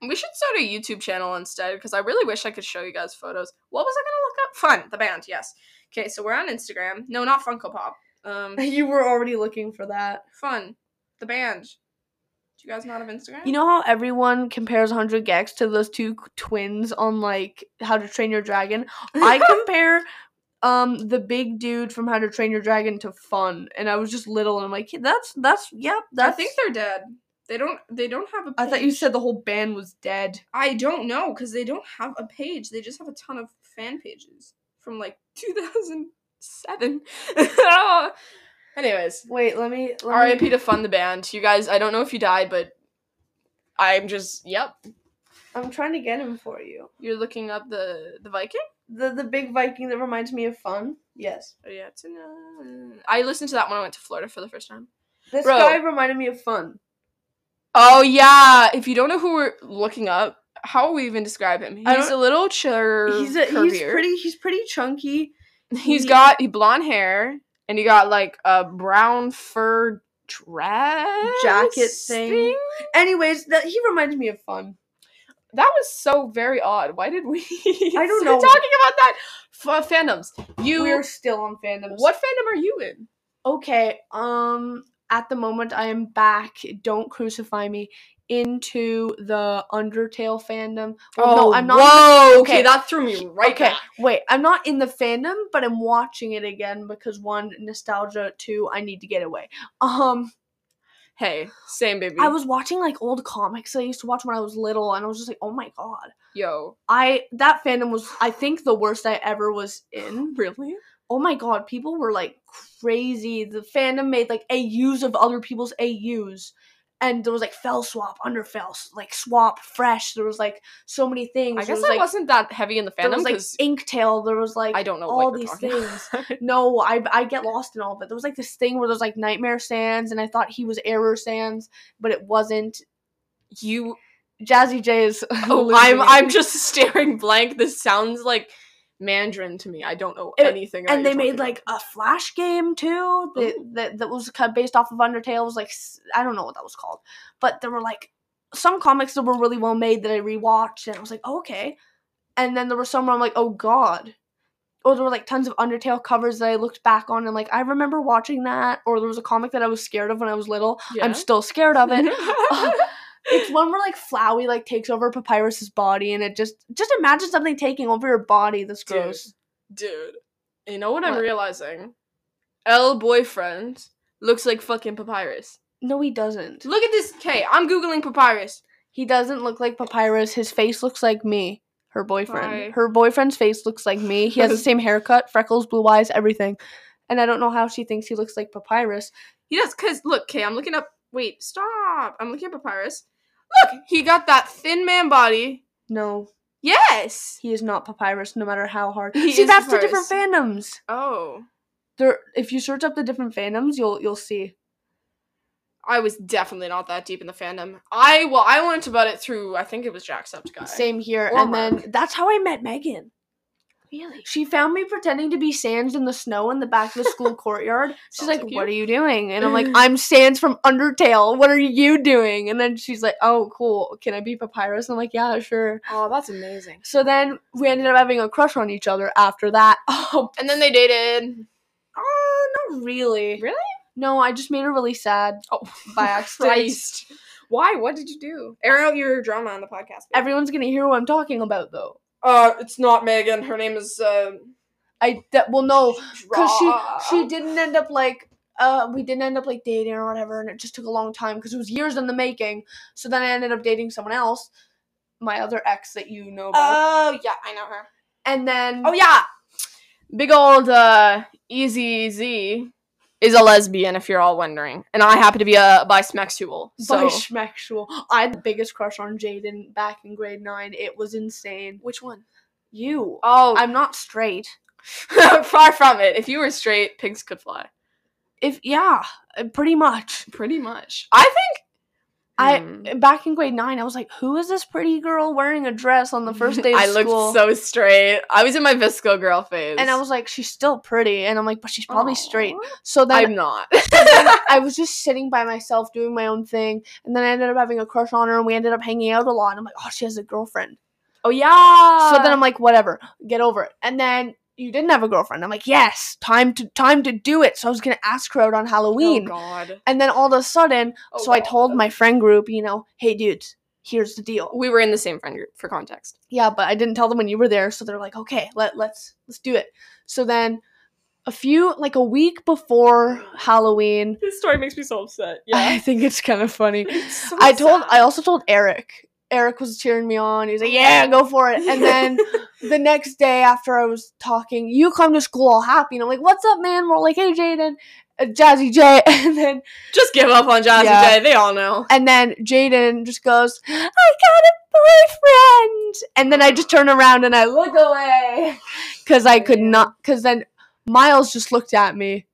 B: [laughs]
A: We should start a YouTube channel instead because I really wish I could show you guys photos. What was I gonna look up? Fun, the band. Yes. Okay, so we're on Instagram. No, not Funko Pop.
B: [laughs]
A: Um,
B: You were already looking for that.
A: fun, the band. Do you guys not have Instagram? [laughs]
B: You know how everyone compares 100 Gex to those two twins on like How to Train Your Dragon? [laughs] I compare um the big dude from How to Train Your Dragon to Fun, and I was just little, and I'm like, that's that's yep.
A: I
B: That's,
A: think they're dead. They don't. They don't have a.
B: I
A: Page.
B: thought you said the whole band was dead.
A: I don't know because they don't have a page. They just have a ton of fan pages from like [laughs] 2007. [laughs] Anyways,
B: Wait, let me. Let
A: RIP
B: me-
A: to Fun the Band. You guys, I don't know if you died, but I'm just yep.
B: I'm trying to get him for you.
A: You're looking up the the Viking.
B: The the big Viking that reminds me of Fun. Yes,
A: Oh, yeah, it's in. Uh, I listened to that when I went to Florida for the first time.
B: this
A: Bro.
B: guy reminded me of Fun.
A: Oh yeah, if you don't know who we're looking up, how will we even describe him?
B: I
A: He's a
B: don't-
A: little chur.
B: He's a, he's
A: curvier.
B: pretty he's pretty chunky.
A: [laughs] He's
B: he-
A: got he blonde hair and he got like a brown fur dress
B: Jacket thing. Anyways, that he reminds me of Fun.
A: That was so very odd. Why did we? [laughs] I
B: don't know.
A: Talking about that F- uh, fandoms. You
B: We're still on fandoms.
A: what fandom are you in?
B: Okay. Um. At the moment, I am back. Don't crucify me. Into the Undertale fandom. Well, no, I'm not.
A: Whoa, okay,
B: okay.
A: that threw me right.
B: Oh, okay,
A: back.
B: wait. I'm not in the fandom, but I'm watching it again because one nostalgia, two I need to get away. Um,
A: Hey, same baby.
B: I was watching like old comics I used to watch when I was little, and I was just like, oh my god,
A: yo.
B: I that fandom was I think the worst I ever was
A: [sighs]
B: in.
A: Really?
B: oh my god, people were like crazy. The fandom made like AUs of other people's AUs. and there was like fell swap, under fell, like swap, fresh. There was like so many things.
A: I
B: There
A: guess
B: was,
A: I
B: like,
A: wasn't that heavy in the
B: There
A: fandom
B: was like
A: because
B: Inktail. There was like
A: I don't know
B: all
A: what you're
B: these
A: talking
B: things.
A: [laughs] about.
B: No, I I get lost in all of it. There was like this thing where there's like Nightmare Sands, and I thought he was Error Sands, but it wasn't.
A: you.
B: Jazzy J [laughs] is.
A: Oh, I'm I'm just [laughs] staring blank. This sounds like Mandarin to me. I don't know
B: It-
A: anything. about
B: and they
A: you're
B: made
A: talking
B: like a flash game too that,
A: Ooh.
B: that, that was kind of based off of undertale it was like s- i don't know what that was called but there were like some comics that were really well made that i rewatched and i was like oh, okay and then there were some where i'm like oh god or there were like tons of undertale covers that i looked back on and like i remember watching that or there was a comic that i was scared of when i was little
A: Yeah.
B: i'm still scared of [laughs] it Uh,
A: [laughs] about.
B: it's one where like Flowey like takes over Papyrus's body, and it just just imagine something taking over your body. That's
A: Dude.
B: gross.
A: Dude, you know what, I'm
B: What?
A: realizing? L boyfriend looks like fucking papyrus.
B: No, he doesn't.
A: Look at this. Okay, I'm googling papyrus.
B: He doesn't look like Papyrus. His face looks like me, her boyfriend.
A: Hi.
B: Her boyfriend's face looks like me. He
A: [laughs]
B: has the same haircut, freckles, blue eyes, everything. And I don't know how she thinks he looks like Papyrus.
A: He does cause look, okay, I'm looking up. Wait, stop. I'm looking at papyrus. Look, he got that thin man body.
B: No,
A: Yes.
B: he is not Papyrus, no matter how hard.
A: He
B: See,
A: is
B: that's the different
A: Papyrus.
B: fandoms.
A: Oh,
B: There, if you search up the different fandoms, you'll you'll see.
A: I was definitely not that deep in the fandom. I well, I learned about it through I think it was Jacksepticeye.
B: Same here,
A: Or
B: and
A: Mark.
B: then that's how I met Megan.
A: Really?
B: She found me pretending to be Sans in the snow in the back of the
A: [laughs]
B: school courtyard. She's
A: Sounds
B: like,
A: like you.
B: "What are you doing?" And
A: [laughs]
B: I'm like, "I'm Sans from Undertale. What are you doing?" And then she's like, "Oh, cool. Can I be Papyrus?" I'm like, "Yeah, sure."
A: Oh, that's amazing.
B: So then we ended up having a crush on each other after that. [laughs] Oh,
A: And then they dated.
B: uh, not really.
A: Really?
B: No, I just made her really sad
A: Oh,
B: [laughs]
A: [laughs]
B: by accident.
A: Christ. Why? What did you do? Air out your drama on the podcast. babe.
B: Everyone's gonna hear what I'm talking about, though.
A: Uh, it's not Megan. Her name is
B: [gasps]
A: uh.
B: I that well, no, because she
A: Dra-
B: she didn't end up like uh we didn't end up like dating or whatever and it just took a long time because it was years in the making so then i ended up dating someone else my other ex that you know about
A: Oh yeah, I know her.
B: and then
A: Oh yeah. Big old uh, Easy Z is a lesbian, if you're all wondering, and I happen to be a bisexual. So
B: bisexual i had the biggest crush on jaden back in grade nine it was insane
A: which one?
B: you
A: Oh, [laughs]
B: i'm not straight
A: I'm far from it. If you were straight, pigs could fly.
B: if yeah uh, pretty much
A: Pretty much. I think.
B: I-
A: Hmm.
B: back in grade nine i was like who is this pretty girl wearing a dress on the
A: [laughs]
B: first day of
A: I
B: school
A: looked so straight. I was in my visco girl phase,
B: and i was like she's still pretty and i'm like but she's probably straight
A: Aw.
B: [laughs] so then
A: I'm not. [laughs]
B: I was just sitting by myself doing my own thing, and then I ended up having a crush on her, and we ended up hanging out a lot. And I'm like, oh, she has a girlfriend.
A: oh yeah.
B: so then I'm like, whatever, get over it. And then you didn't have a girlfriend. I'm like, yes, time to time to do it. So I was gonna ask her out on Halloween,
A: Oh, God.
B: and then all of a sudden,
A: Oh,
B: so I told
A: God.
B: my friend group, you know, hey dudes, here's the deal.
A: We were in the same friend group for context.
B: Yeah, but I didn't tell them when you were there, so they're like, okay, let let's let's do it. So then, a few like a week before Halloween.
A: This story makes me so upset.
B: [laughs] I think it's kind of funny. I told I also told Eric. Eric was cheering me on. He was like, "Yeah, go for it." And [laughs] then the next day after I was talking, you come to school all happy, and I'm like, "What's up, man?" We're like, "Hey, Jaden, uh, Jazzy J," [laughs] and then
A: [laughs] just give up on Jazzy
B: Yeah.
A: J. They all know.
B: and then Jaden just goes, "I got a boyfriend," and then I just turn around and I look away because I could not. Because then Miles just looked at me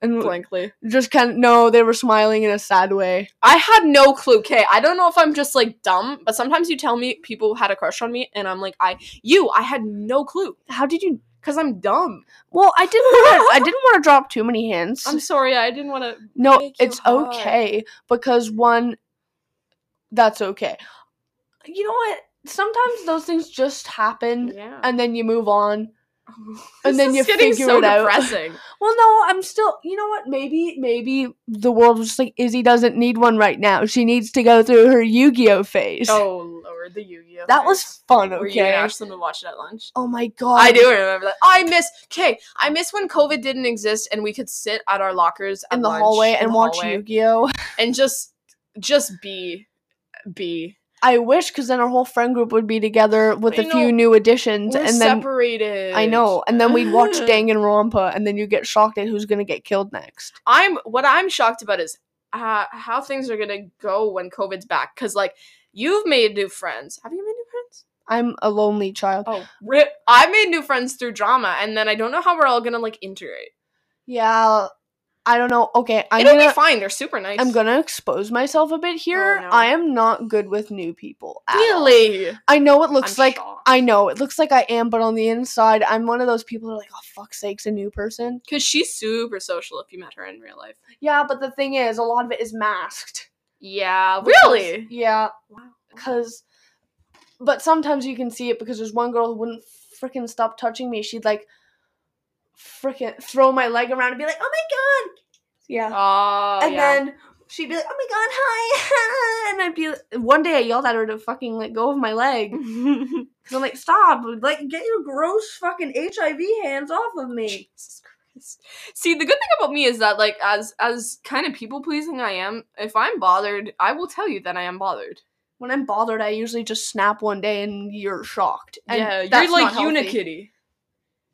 B: and
A: Blankly.
B: just kind of no, they were smiling in a sad way.
A: I had no clue. Okay, I don't know if I'm just like dumb, but sometimes you tell me people had a crush on me, and I'm like, I you, I had no clue
B: How did you
A: because I'm dumb.
B: Well, I didn't. Wanna, I didn't want to drop too many hints.
A: I'm sorry, I didn't want to.
B: no,
A: make you
B: it's
A: hard.
B: okay because one, that's okay. You know what? Sometimes those things just happen,
A: Yeah.
B: and then you move on.
A: [laughs]
B: and then
A: is
B: you
A: getting
B: figure
A: so
B: it out.
A: [laughs] depressing.
B: Well, no, I'm still. You know what? Maybe, maybe the world was just like Izzy doesn't need one right now. She needs to go through her Yu-Gi-Oh phase.
A: oh Lord, the Yu-Gi-Oh.
B: that was fun.
A: Were you and
B: Okay.
A: Ashlyn would watch it at lunch?
B: Oh my god.
A: I do remember that. I miss okay. I miss when COVID didn't exist and we could sit at our lockers at
B: In the
A: lunch,
B: hallway
A: in
B: and
A: the
B: watch
A: hallway,
B: Yu-Gi-Oh.
A: and just just be be.
B: I wish, because then our whole friend group would be together with
A: But
B: a
A: you
B: few
A: know,
B: new additions,
A: We're
B: and then
A: separated.
B: I know. And then
A: [laughs]
B: we'd watch Danganronpa, and then you get shocked at who's gonna get killed next.
A: I'm what I'm shocked about is uh, how things are gonna go when COVID's back. Cause like you've made new friends. Have you made new friends?
B: I'm a lonely child.
A: Oh, rip! I made new friends through drama, and then I don't know how we're all gonna like integrate.
B: Yeah, I don't know. Okay, I'm
A: It'll
B: gonna
A: be fine. They're super nice.
B: I'm gonna expose myself a bit here.
A: Oh, no.
B: I am not good with new people. at all.
A: really.
B: I know it looks
A: I'm
B: like
A: shocked.
B: I know it looks like I am, but on the inside, I'm one of those people who are like, oh fuck's sakes, a new person.
A: Cause she's super social. If you met her in real life.
B: Yeah, but the thing is, a lot of it is masked.
A: Yeah.
B: because-
A: Really.
B: Yeah,
A: Wow.
B: because, but sometimes you can see it because there's one girl who wouldn't freaking stop touching me. She'd like, freaking throw my leg around and be like, oh my god. Yeah.
A: Oh.
B: and
A: yeah.
B: then she'd be like, "Oh my god, hi!" [laughs] and I'd be like, one day I yelled at her to fucking let go of my
A: [laughs]
B: leg because I'm like, "Stop! Like, get your gross fucking HIV hands off of me!"
A: Jesus Christ. See, the good thing about me is that, like, as as kind of people pleasing I am, if I'm bothered, I will tell you that I am bothered.
B: When I'm bothered, I usually just snap one day, and you're shocked. And
A: yeah,
B: that's
A: you're like
B: not healthy.
A: Unikitty.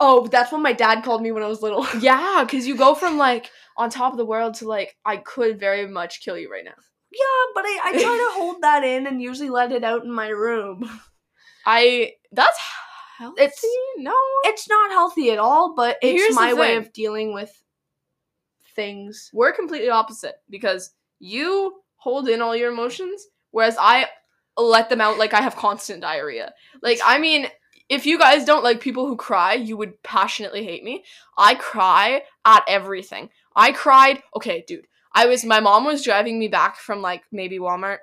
B: Oh, but that's what my dad called me when I was little.
A: Yeah, because you go from like on top of the world to like I could very much kill you right now.
B: yeah, but I, I try [laughs] to hold that in and usually let it out in my room.
A: I that's healthy.
B: It's-
A: no.
B: It's not healthy at all, but it's
A: Here's the
B: my way
A: thing.
B: of dealing with things.
A: We're completely opposite because you hold in all your emotions, whereas I let them out like I have constant diarrhea. Like, I mean, if you guys don't like people who cry, you would passionately hate me. I cry at everything. I cried, okay, dude. I was, my mom was driving me back from like maybe Walmart,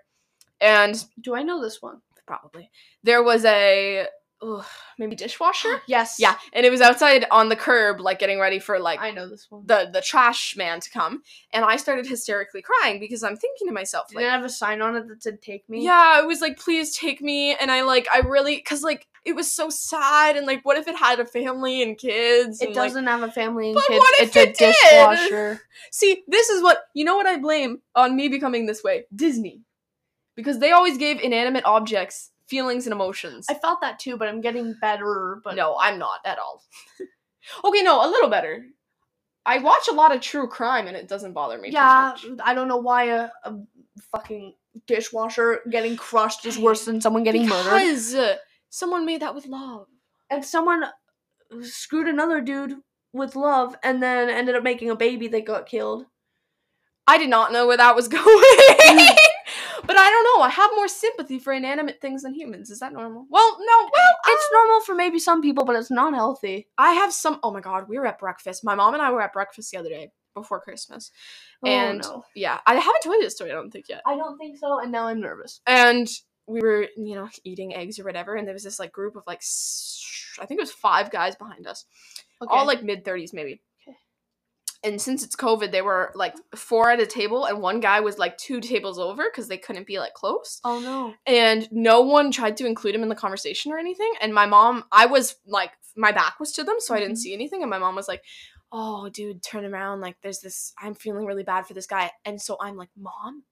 A: and
B: Do I know this one?
A: probably there was a ugh, maybe dishwasher.
B: Yes.
A: Yeah, and it was outside on the curb, like getting ready for like
B: I know this one.
A: the the trash man to come and i started hysterically crying because i'm thinking to myself
B: Did
A: like
B: it have a sign on it that said "Take me"?
A: yeah i was like please take me and i like i really because like it was so sad and like what if it had a family and kids
B: It
A: and, like-
B: doesn't have a family and
A: But
B: kids.
A: what if
B: it's a
A: it did?
B: dishwasher.
A: see this is what you know what i blame on me becoming this way disney because they always gave inanimate objects feelings and emotions
B: I felt that too, but I'm getting better. But
A: no i'm not at all [laughs] okay no a little better i watch a lot of true crime and it doesn't bother me too
B: yeah,
A: much.
B: I don't know why a, a fucking dishwasher getting crushed is worse than someone getting murdered.
A: because uh, someone made that with love
B: And someone screwed another dude with love, and then ended up making a baby that got killed.
A: I did not know where that was [laughs] going. but I don't know. I have more sympathy for inanimate things than humans. Is that normal? Well, no. Well,
B: It's normal for maybe some people, but it's not healthy.
A: I have some. Oh my God, we were at breakfast. My mom and I were at breakfast the other day before Christmas. And-
B: oh, no.
A: Yeah, I haven't told you this story, I don't think yet.
B: I don't think so. And now I'm nervous.
A: And we were, you know, eating eggs or whatever. And there was this like group of like, s- I think it was five guys behind us,
B: Okay.
A: all like mid 30s maybe.
B: Okay.
A: And since it's COVID, they were like four at a table, and one guy was like two tables over because they couldn't be like close.
B: oh no.
A: and no one tried to include him in the conversation or anything. And my mom, I was like, my back was to them, so I didn't
B: Mhm.
A: see anything. And my mom was like, "Oh, dude, turn around! Like, there's this. I'm feeling really bad for this guy." And so I'm like, "Mom,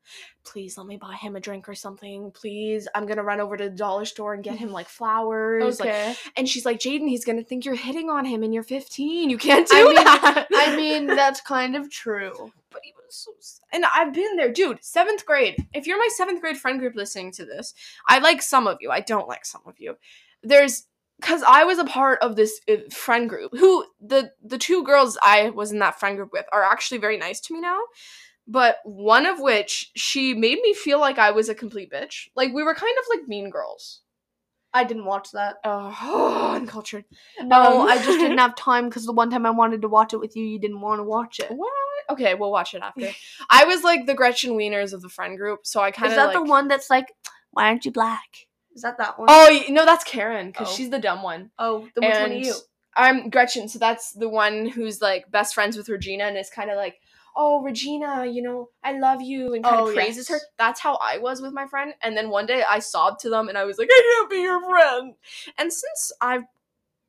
A: please let me buy him a drink or something. Please, I'm gonna run over to the dollar store and get
B: [laughs]
A: him like flowers." Like,
B: Okay.
A: and she's like, "Jaden, he's gonna think you're hitting on him, and you're 15. You can't do
B: I mean-
A: that." [laughs]
B: I mean, that's kind of true.
A: but he was so s- and i've been there dude seventh grade if you're my seventh grade friend group listening to this i like some of you i don't like some of you there's because i was a part of this uh, friend group who the the two girls i was in that friend group with are actually very nice to me now but one of which she made me feel like i was a complete bitch like we were kind of like mean girls
B: I didn't watch that.
A: oh [sighs] uncultured
B: No,
A: Um,
B: I just [laughs] didn't have time because the one time I wanted to watch it with you, you didn't want to watch it.
A: what okay we'll watch it after i was like the gretchen wieners of the friend group so i kind of
B: Is that
A: like,
B: the one that's like, why aren't you black? Is that that one?
A: Oh y- no, that's Karen because
B: Oh.
A: she's the dumb one.
B: oh, then which one are
A: and
B: you?
A: I'm Gretchen, so that's the one who's like best friends with Regina and is kind of like, "Oh, Regina, you know, I love you," and kind of
B: Oh,
A: praises
B: yes.
A: her. That's how I was with my friend. And then one day I sobbed to them and I was like, "I can't be your friend." And since I've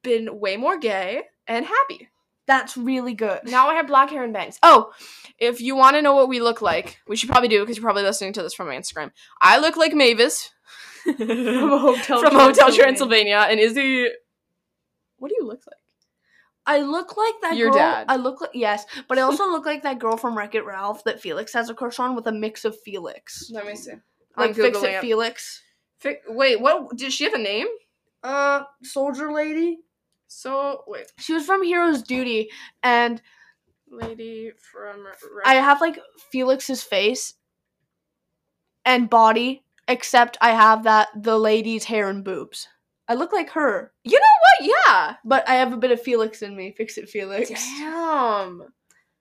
A: been way more gay and happy,
B: That's really good.
A: now I have black hair and bangs. Oh, if you want to know what we look like, we should probably do because you're probably listening to this from my Instagram. I look like [laughs] Mavis.
B: [laughs] from Hotel [laughs]
A: from Hotel Transylvania. And Izzy, what do you look like?
B: I look like that
A: Your
B: girl.
A: dad.
B: I look like yes,
A: [laughs]
B: but I also look like that girl from Wreck It Ralph that Felix has a crush on with a mix of Felix.
A: Let me see.
B: Like
A: I'm
B: Fix
A: Googling
B: It Felix.
A: Fi- wait, what? Did she have a name?
B: Uh soldier lady.
A: So wait,
B: She was from Heroes Duty and
A: lady from.
B: I have like Felix's face and body, except I have that the lady's hair and boobs. I look like her,
A: You know what? Yeah.
B: but I have a bit of Felix in me. Fix it, Felix.
A: Damn.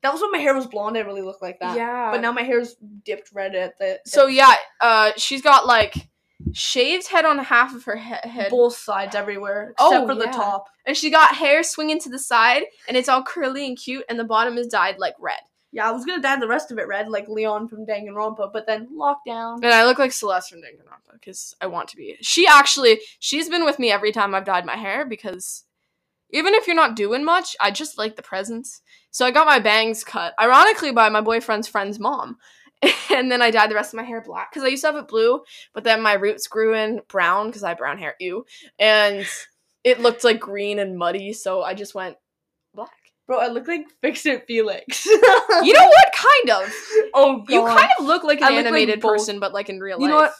B: That was when my hair was blonde. I really looked like that.
A: Yeah.
B: But now my hair's dipped red at the
A: So yeah, uh, she's got like shaved head on half of her he- head,
B: both sides everywhere
A: Oh,
B: except for the
A: yeah.
B: top.
A: and she got hair swinging to the side, and it's all curly and cute, and the bottom is dyed like red.
B: Yeah, I was gonna dye the rest of it red like Leon from Danganronpa, but then lockdown.
A: And I look like Celeste from Danganronpa because I want to be. She actually, she's been with me every time I've dyed my hair because even if you're not doing much, I just like the presence. So I got my bangs cut, ironically by my boyfriend's friend's mom. [laughs] And then I dyed the rest of my hair black because I used to have it blue, but then my roots grew in brown because I have brown hair, ew. And it looked like green and muddy, so I just went black.
B: Bro, I look like Fix It Felix. [laughs]
A: You know what? Kind of.
B: oh
A: You kind of look like an
B: I look like
A: animated
B: both.
A: person, but like in real
B: You
A: life.
B: know what?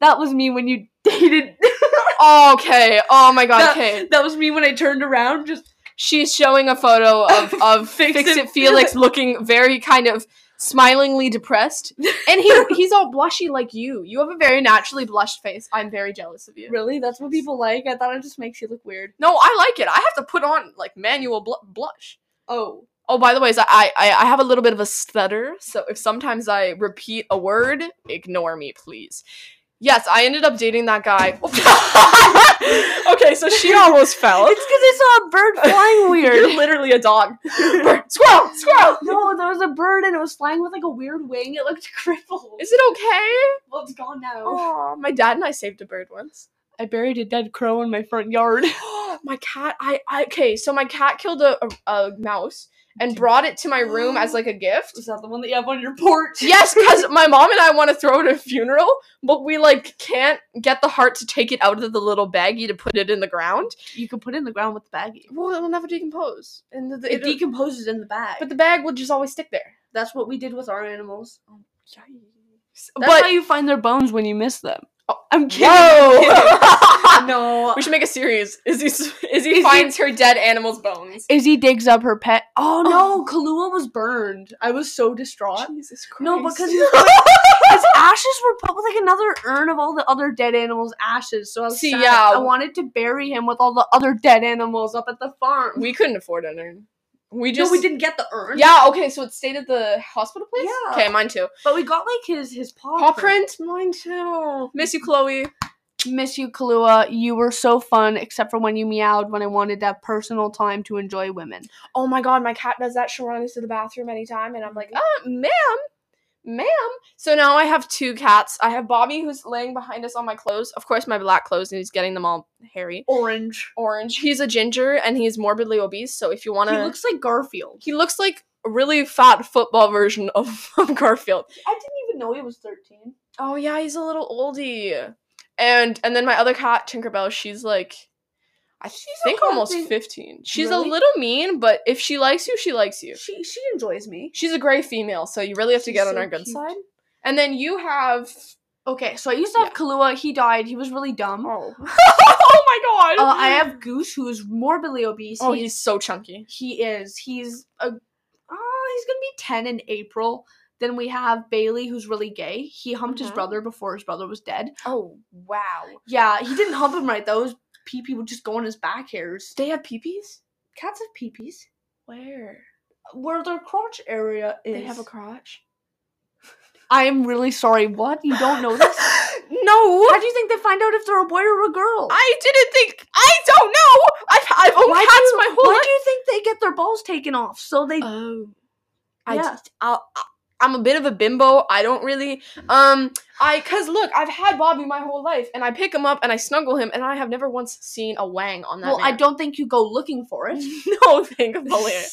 B: That was me when you dated. [laughs]
A: [laughs] Okay. Oh my god.
B: that,
A: Okay.
B: [laughs] that was me when I turned around. Just
A: She's showing a photo [laughs] of of Fix,
B: Fix
A: It,
B: It
A: Felix looking very kind of smilingly depressed, and [laughs] he he's all blushy like you. You have a very naturally blushed face. I'm very jealous of you.
B: really, that's what people like. I thought it just makes you look weird.
A: No, I like it. I have to put on like manual bl- blush.
B: Oh,
A: Oh, by the way, so I, I I have a little bit of a stutter, so if sometimes I repeat a word, ignore me, please. Yes, I ended up dating that guy. [laughs] okay, so she almost
B: [laughs]
A: fell.
B: Oh. it's because I saw a bird [laughs] flying
A: You're
B: weird.
A: literally a dog.
B: [laughs]
A: Bird, squirrel, squirrel.
B: no, there was a bird and it was flying with like a weird wing. It looked [laughs] crippled.
A: Is it okay?
B: well, it's gone now.
A: Oh, my dad and I saved a bird once. [gasps]
B: I buried a dead crow in my front [laughs] yard.
A: my cat, I, I okay. So my cat killed a, a, a mouse and brought it to my room as like a gift.
B: Is that the one that you have on your
A: [laughs]
B: porch?
A: Yes, because my mom and I want to throw it at a funeral, but we like can't get the heart to take it out of the little baggie to put it in the ground.
B: You could put it in the ground with the baggie.
A: Well, it'll never decompose, and the, the,
B: It
A: it'll-
B: decomposes in the bag.
A: but the bag will just always stick there.
B: that's what we did with our animals.
A: Oh, Yikes.
B: That's how you find their bones when you miss them.
A: Oh,
B: I'm
A: But
B: kidding.
A: whoa. [laughs]
B: no.
A: We should make a series. Izzy Izzy
B: Izzy-
A: finds her dead animal's bones.
B: Izzy digs up her pet. Oh
A: no,
B: no, Kalua was burned. I was so distraught.
A: Jesus Christ.
B: No,
A: [laughs]
B: because [laughs] his, his ashes were put with like another urn of all the other dead animals' ashes. So I was
A: See,
B: sad.
A: yeah.
B: I wanted to bury him with all the other dead animals up at the farm.
A: we couldn't afford an urn. We just
B: no, we didn't get the urn.
A: Yeah, okay, so it stayed at the hospital place?
B: Yeah.
A: Okay, mine too.
B: but we got like his his paw,
A: Paw
B: print.
A: print, mine too. Miss you, Chloe.
B: Miss you, Kalua. You were so fun, except for when you meowed when I wanted to have personal time to enjoy women.
A: Oh my god, my cat does that. She'll run into the bathroom anytime, and I'm like, uh, ma'am, ma'am. So now I have two cats. I have Bobby who's laying behind us on my clothes. Of course, my black clothes, and he's getting them all hairy.
B: Orange.
A: Orange. He's a ginger and he's morbidly obese, so if you wanna
B: He looks like Garfield.
A: he looks like a really fat football version of, [laughs] of Garfield.
B: I didn't even know he was thirteen.
A: Oh yeah, he's a little oldie. And and then my other cat, Tinkerbell, she's like I
B: She's a
A: think
B: hard
A: almost
B: thing-
A: 15. She's
B: Really?
A: a little mean, but if she likes you, she likes you.
B: She she enjoys me.
A: She's a gray female, so you really have to
B: She's
A: get on
B: so
A: her good
B: cute.
A: side. And then you have
B: Okay, so I used to have Kalua. He died. He was really dumb. Uh, [laughs]
A: Oh. oh my god.
B: I have Goose, who is morbidly obese.
A: Oh,
B: He-
A: he's so chunky.
B: he is. He's a. Uh, he's gonna be ten in April. Then we have Bailey, who's really gay. He humped his
A: Mhm.
B: brother before his brother was dead.
A: Oh, wow.
B: Yeah, he didn't hump him right though. His pee pee would just go on his back hairs.
A: They have peepees?
B: Cats have peepees.
A: Where?
B: Where their crotch area is.
A: They have a crotch?
B: I am really sorry. What? You don't know [laughs] this?
A: [gasps] no.
B: How do you think they find out if they're a boy or a girl?
A: I didn't think. I don't know. I've I've owned
B: Why do
A: cats my whole
B: Why
A: life.
B: do you think they get their balls taken off? So they.
A: oh, I
B: yeah.
A: am a bit of a bimbo. I don't really. Um, I cause look, I've had Bobby my whole life, and I pick him up and I snuggle him, and I have never once seen a wang on that.
B: Well, I
A: man.
B: don't think you go looking for [laughs] it.
A: no [laughs] think about it.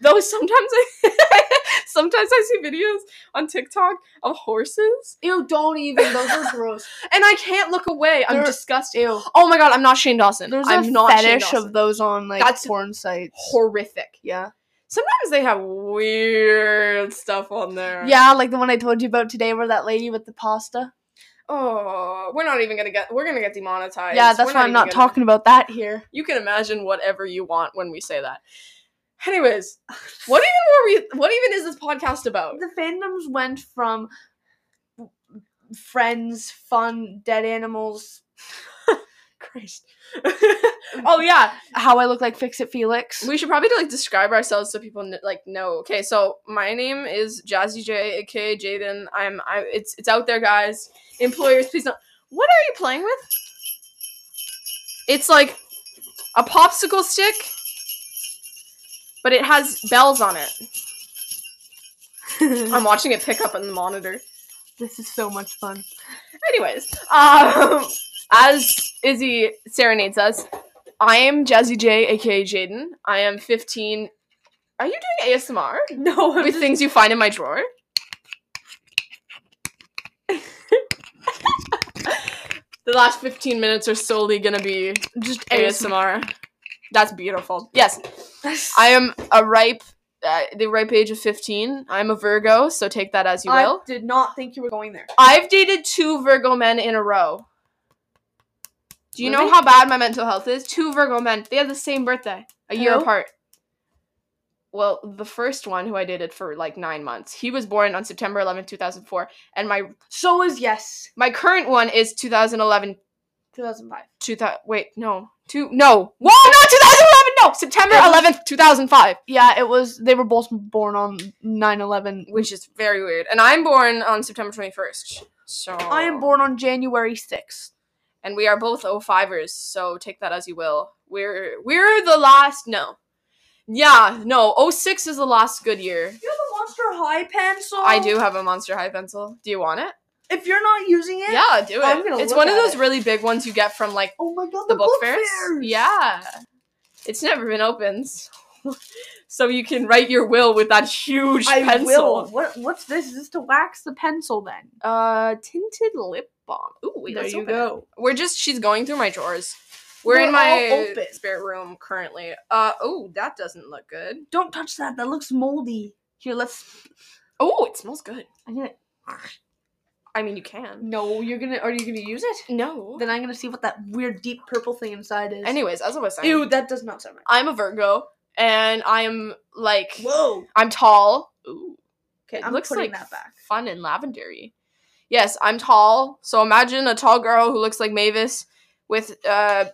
A: Though sometimes I [laughs] sometimes I see videos on TikTok of horses,
B: Ew, don't even. Those [laughs] are gross.
A: and I can't look away. I'm
B: There-
A: disgusted.
B: Ew.
A: Oh my god, I'm not Shane Dawson.
B: There's
A: I'm
B: a
A: not
B: fetish
A: Shane
B: of
A: Dawson.
B: those on like
A: That's
B: porn sites.
A: horrific.
B: yeah.
A: Sometimes they have weird stuff on there.
B: Yeah, like the one I told you about today where that lady with the pasta.
A: Oh, we're not even gonna get. We're gonna get demonetized.
B: yeah, that's
A: We're
B: why I'm
A: even
B: not
A: gonna-
B: talking about that here.
A: You can imagine whatever you want when we say that. [sighs] Anyways, what even were we? What even is this podcast about?
B: The fandoms went from friends, fun, dead animals, [laughs]
A: Christ. oh yeah,
B: how I look like Fix It Felix.
A: We should probably like describe ourselves so people kn- like know. Okay, so my name is Jazzy J, aka Jaden. I'm I. It's it's out there, guys. Employers, please don't. What are you playing with? It's like a popsicle stick, but it has bells on it. I'm watching it pick up on the monitor.
B: [laughs] this is so much fun.
A: Anyways, um, [laughs] as Izzy serenades us, I am Jazzy J, aka Jaden. I am 15. Are you doing ASMR
B: No,
A: [laughs] with things you find in my drawer? the last 15 minutes are solely gonna be
B: just
A: ASMR. That's beautiful. Yes, I am a ripe, uh, the ripe age of 15. I'm a Virgo, so take that as you
B: I
A: will.
B: did not think you were going there.
A: I've dated two Virgo men in a row. Do you know
B: Really?
A: how bad my mental health is? Two Virgo men. They had the same birthday, a year
B: Who?
A: apart. Well, the first one who I dated for like nine months, he was born on September 11, 2004, and my
B: So is yes.
A: my current one is 2011.
B: 2005.
A: 2000, wait, no, two, no, whoa, no, 2011, no, September 11th, 2005,
B: Yeah, it was. They were both born on 9/11.
A: which is very weird. And I'm born on September 21st, so
B: I am born on January 6th.
A: and we are both 05ers, so take that as you will. We're we're the last no. Yeah, no, 06 is the last good year.
B: You have a Monster High pencil.
A: I do have a Monster High pencil. Do you want it?
B: If you're not using it,
A: Yeah, do it.
B: I'm gonna
A: it's
B: look
A: one of
B: at
A: those
B: it.
A: really big ones you get from like
B: Oh my god,
A: the, book, fairs. Yeah. It's never been [laughs] opened. so you can write your will with that huge
B: [laughs] I will.
A: pencil.
B: What? What's this? Is this to wax the pencil? Then
A: Uh tinted lip balm. Ooh, wait,
B: there
A: let's
B: you
A: open it.
B: go.
A: We're just she's going through my drawers. We're, in
B: They're
A: my
B: all open.
A: spare room currently. Uh oh, that doesn't look good.
B: Don't touch that. That looks moldy. Here, let's.
A: Oh, it smells good.
B: I'm gonna.
A: I mean, you can.
B: No, you're gonna. Are you gonna use it?
A: No.
B: Then I'm gonna see what that weird deep purple thing inside is.
A: Anyways, as I was saying,
B: Ew, that does not sound right.
A: I'm a Virgo and I'm like
B: Whoa.
A: I'm tall. Ooh.
B: Okay,
A: It
B: I'm
A: looks
B: putting
A: like
B: that back.
A: fun and lavendery. Yes, I'm tall. So imagine a tall girl who looks like Mavis with uh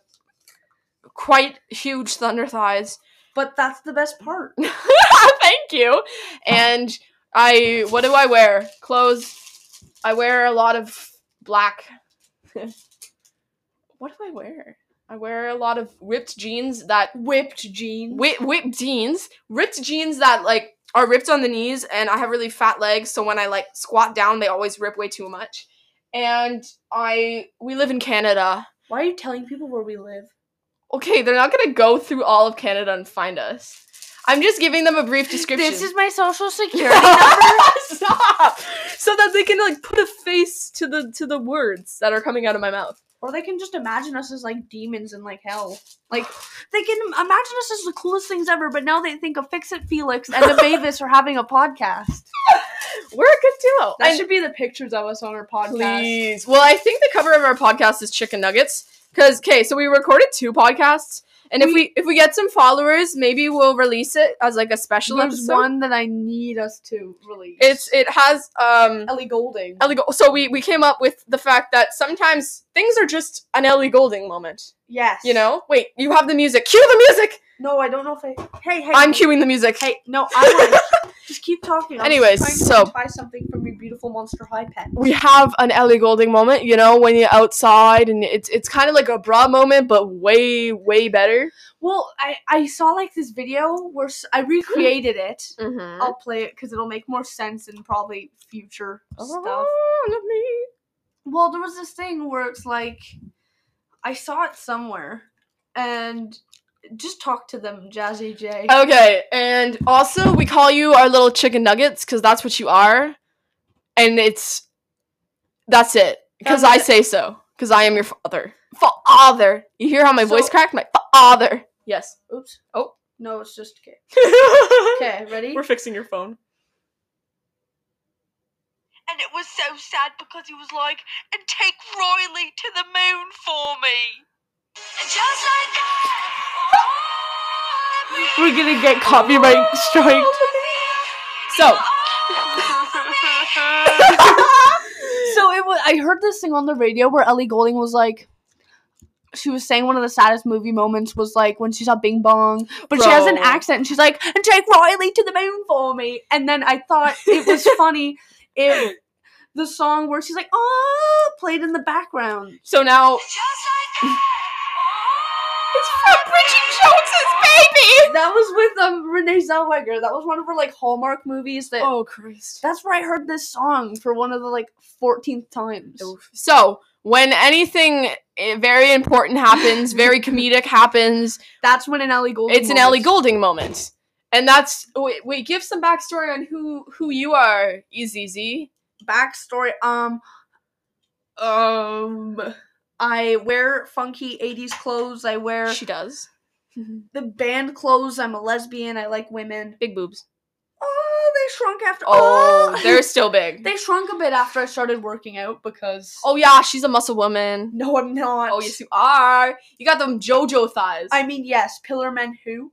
A: quite huge thunder thighs
B: But that's the best part.
A: [laughs] Thank you. And I, what do I wear? Clothes. I wear a lot of black. [laughs] what do I wear? I wear a lot of ripped jeans that
B: Whipped jeans.
A: whip, whipped jeans, ripped jeans that like are ripped on the knees, and I have really fat legs, so when I like squat down, they always rip way too much. And I, we live in Canada.
B: Why are you telling people where we live?
A: Okay, they're not gonna go through all of Canada and find us. I'm just giving them a brief description.
B: This is my social
A: [laughs]
B: security number.
A: Stop! So that they can like put a face to the to the words that are coming out of my mouth.
B: Or they can just imagine us as like demons in like hell. Like they can imagine us as the coolest things ever, but now they think of Fix It Felix
A: [laughs]
B: and the Mavis are having a podcast.
A: We're a good duo.
B: That
A: And-
B: should be the pictures of us on our podcast.
A: please. Well, I think the cover of our podcast is chicken nuggets. Cause okay, so we recorded two podcasts, and if we if we get some followers, maybe we'll release it as like a special
B: There's
A: episode.
B: one that I need us to release.
A: It's it has um
B: Ellie Golding.
A: Ellie. Go- so we we came up with the fact that sometimes things are just an Ellie Golding moment.
B: yes.
A: You know? Wait, you have the music. Cue the music.
B: No, I don't know if I. Hey, hey.
A: I'm cueing the music.
B: Hey, no, I want
A: [laughs]
B: to just keep talking. I'm
A: Anyways,
B: trying to
A: so-
B: buy something from your beautiful Monster High pen.
A: we have an Ellie Golding moment, you know, when you're outside and it's it's kind of like a bra moment, but way way better.
B: Well, I I saw like this video where s- I recreated it.
A: Mm-hmm.
B: I'll play it because it'll make more sense in probably future stuff.
A: Oh, love me.
B: Well, there was this thing where it's like I saw it somewhere and just talk to them, Jazzy J.
A: Okay, and also we call you our little chicken nuggets because that's what you are, and it's that's it because
B: That's
A: I say so because I am your father. Father, you hear how my voice
B: So-
A: cracked? My father. Yes. [laughs]
B: Oops.
A: Oh.
B: No, it's just okay. Okay, ready?
A: fixing your phone.
D: and it was so sad because he was like, and take Riley to the moon for me. And just like that,
A: We're gonna get copyright [laughs] strike. So. [laughs]
B: [laughs] so it was. I heard this thing on the radio where Ellie Golding was like, she was saying one of the saddest movie moments was like when she saw Bing Bong, but she has an
A: Bro.
B: accent and she's like, and take Riley to the moon for me. And then I thought
A: [laughs]
B: it was funny if the song where she's like, oh, played in the background.
A: So now it's from Bridget Jones's baby.
B: That was with um, Renee Zellweger. That was one of her like Hallmark movies that.
A: Oh Christ.
B: That's where I heard this song for one of the like 14th times.
A: So when anything eh, very important happens, [laughs] very comedic happens,
B: That's when an Ellie Goulding.
A: it's an Ellie
B: moment.
A: Goulding moment, and that's wait, wait. Give some backstory on who who you are, Ezz.
B: backstory. Um, um, I wear funky '80s clothes. I wear
A: She [laughs] does
B: the band clothes. I'm a lesbian. I like women.
A: big boobs.
B: Oh, they shrunk after.
A: [laughs]
B: [laughs]
A: Oh, they're still big.
B: they shrunk a bit after I started working out because.
A: oh yeah, she's a muscle woman.
B: no, I'm not.
A: Oh yes, you are. You got them JoJo thighs.
B: I mean, yes, pillar men who?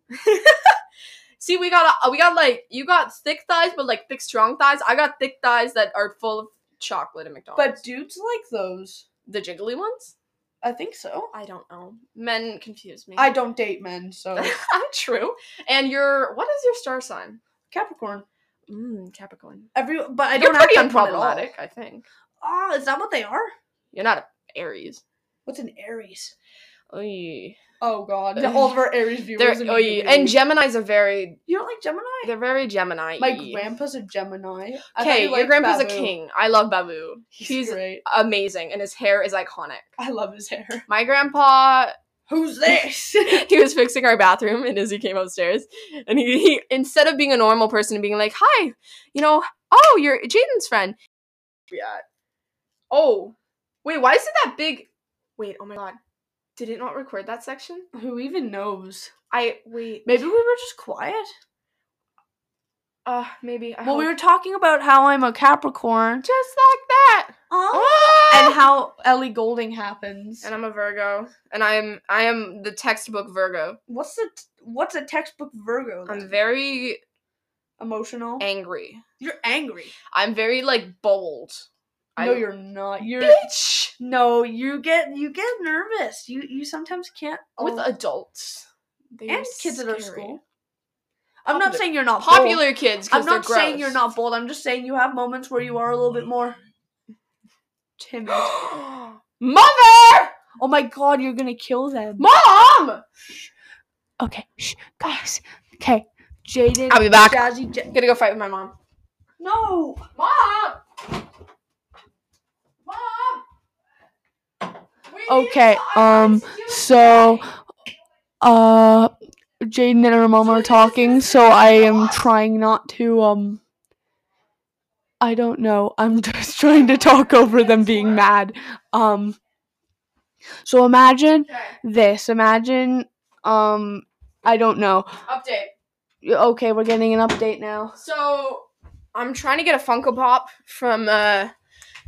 A: See, we got a, uh, we got like you got thick thighs, but like thick strong thighs. I got thick thighs that are full of chocolate and McDonald's.
B: But dudes like those.
A: the jiggly ones?
B: I think so.
A: I don't know. Men confuse me. [laughs]
B: I don't date men, so
A: I'm true. And your what is your star sign?
B: Capricorn.
A: Mm, Capricorn.
B: Every but I
A: You're
B: don't
A: pretty
B: act like one at all.
A: unproblematic, I think.
B: Oh, is that what they are?
A: You're not a Aries.
B: What's an Aries?
A: Oy. [laughs]
B: Oh God,
A: Uh,
B: all of our Aries
A: They're,
B: viewers.
A: oy.
B: immediately-
A: And Gemini's are very
B: you don't like Gemini?
A: they're very Gemini.
B: My grandpa's a Gemini. I thought you
A: Okay, your
B: liked
A: grandpa's a
B: Babu.
A: king. I love Babu.
B: He's,
A: He's
B: great.
A: amazing and his hair is iconic.
B: I love his hair. [laughs]
A: My grandpa
B: Who's this? [laughs]
A: [laughs] he was fixing our bathroom and Izzy came upstairs and he, he instead of being a normal person and being like, Hi, you know, oh, you're Jaden's friend. Yeah. Oh. Wait, why is it that big wait, oh my god. Did it not record that section?
B: Who even knows?
A: I wait.
B: Maybe we were just quiet.
A: Uh, maybe. I
B: Well, we
A: hope.
B: were talking about how I'm a Capricorn
A: just like that.
B: Oh. and
A: And,
B: how Ellie Golding happens.
A: Ah! and I'm a Virgo, and I'm I am the textbook Virgo.
B: what's the t- what's a textbook Virgo?
A: I'm
B: then?
A: very Oh.
B: emotional.
A: angry.
B: you're angry.
A: I'm very like bold.
B: no,
A: I,
B: you're not. You're
A: bitch
B: no. You get you get nervous. You you sometimes can't
A: with
B: al-
A: adults They
B: Oh. and
A: are
B: kids at our
A: scary.
B: school. I'm not
A: Popular-
B: saying you're not bold.
A: Popular kids. 'cause
B: I'm not
A: they're
B: saying you're
A: gross.
B: not bold. I'm just saying you have moments where you are a little bit more timid.
A: [gasps] Mother,
B: oh my god, you're gonna kill them.
A: mom.
B: Okay, shh, guys. Okay, Jaden.
A: I'll be back.
B: Jazzy, J-
A: Gonna go fight with my mom.
B: no.
A: Mom. Mom. We need
B: Okay,
A: to
B: um,
A: ice you
B: so,
A: today.
B: Uh, Jaden and her mom are talking, so I am trying not to. Um, I don't know. I'm [laughs] just trying to talk over them being mad. Um, so imagine
A: Okay.
B: this. Imagine. Um, I don't know.
A: Update.
B: Okay, we're getting an update now.
A: So I'm trying to get a Funko Pop from uh,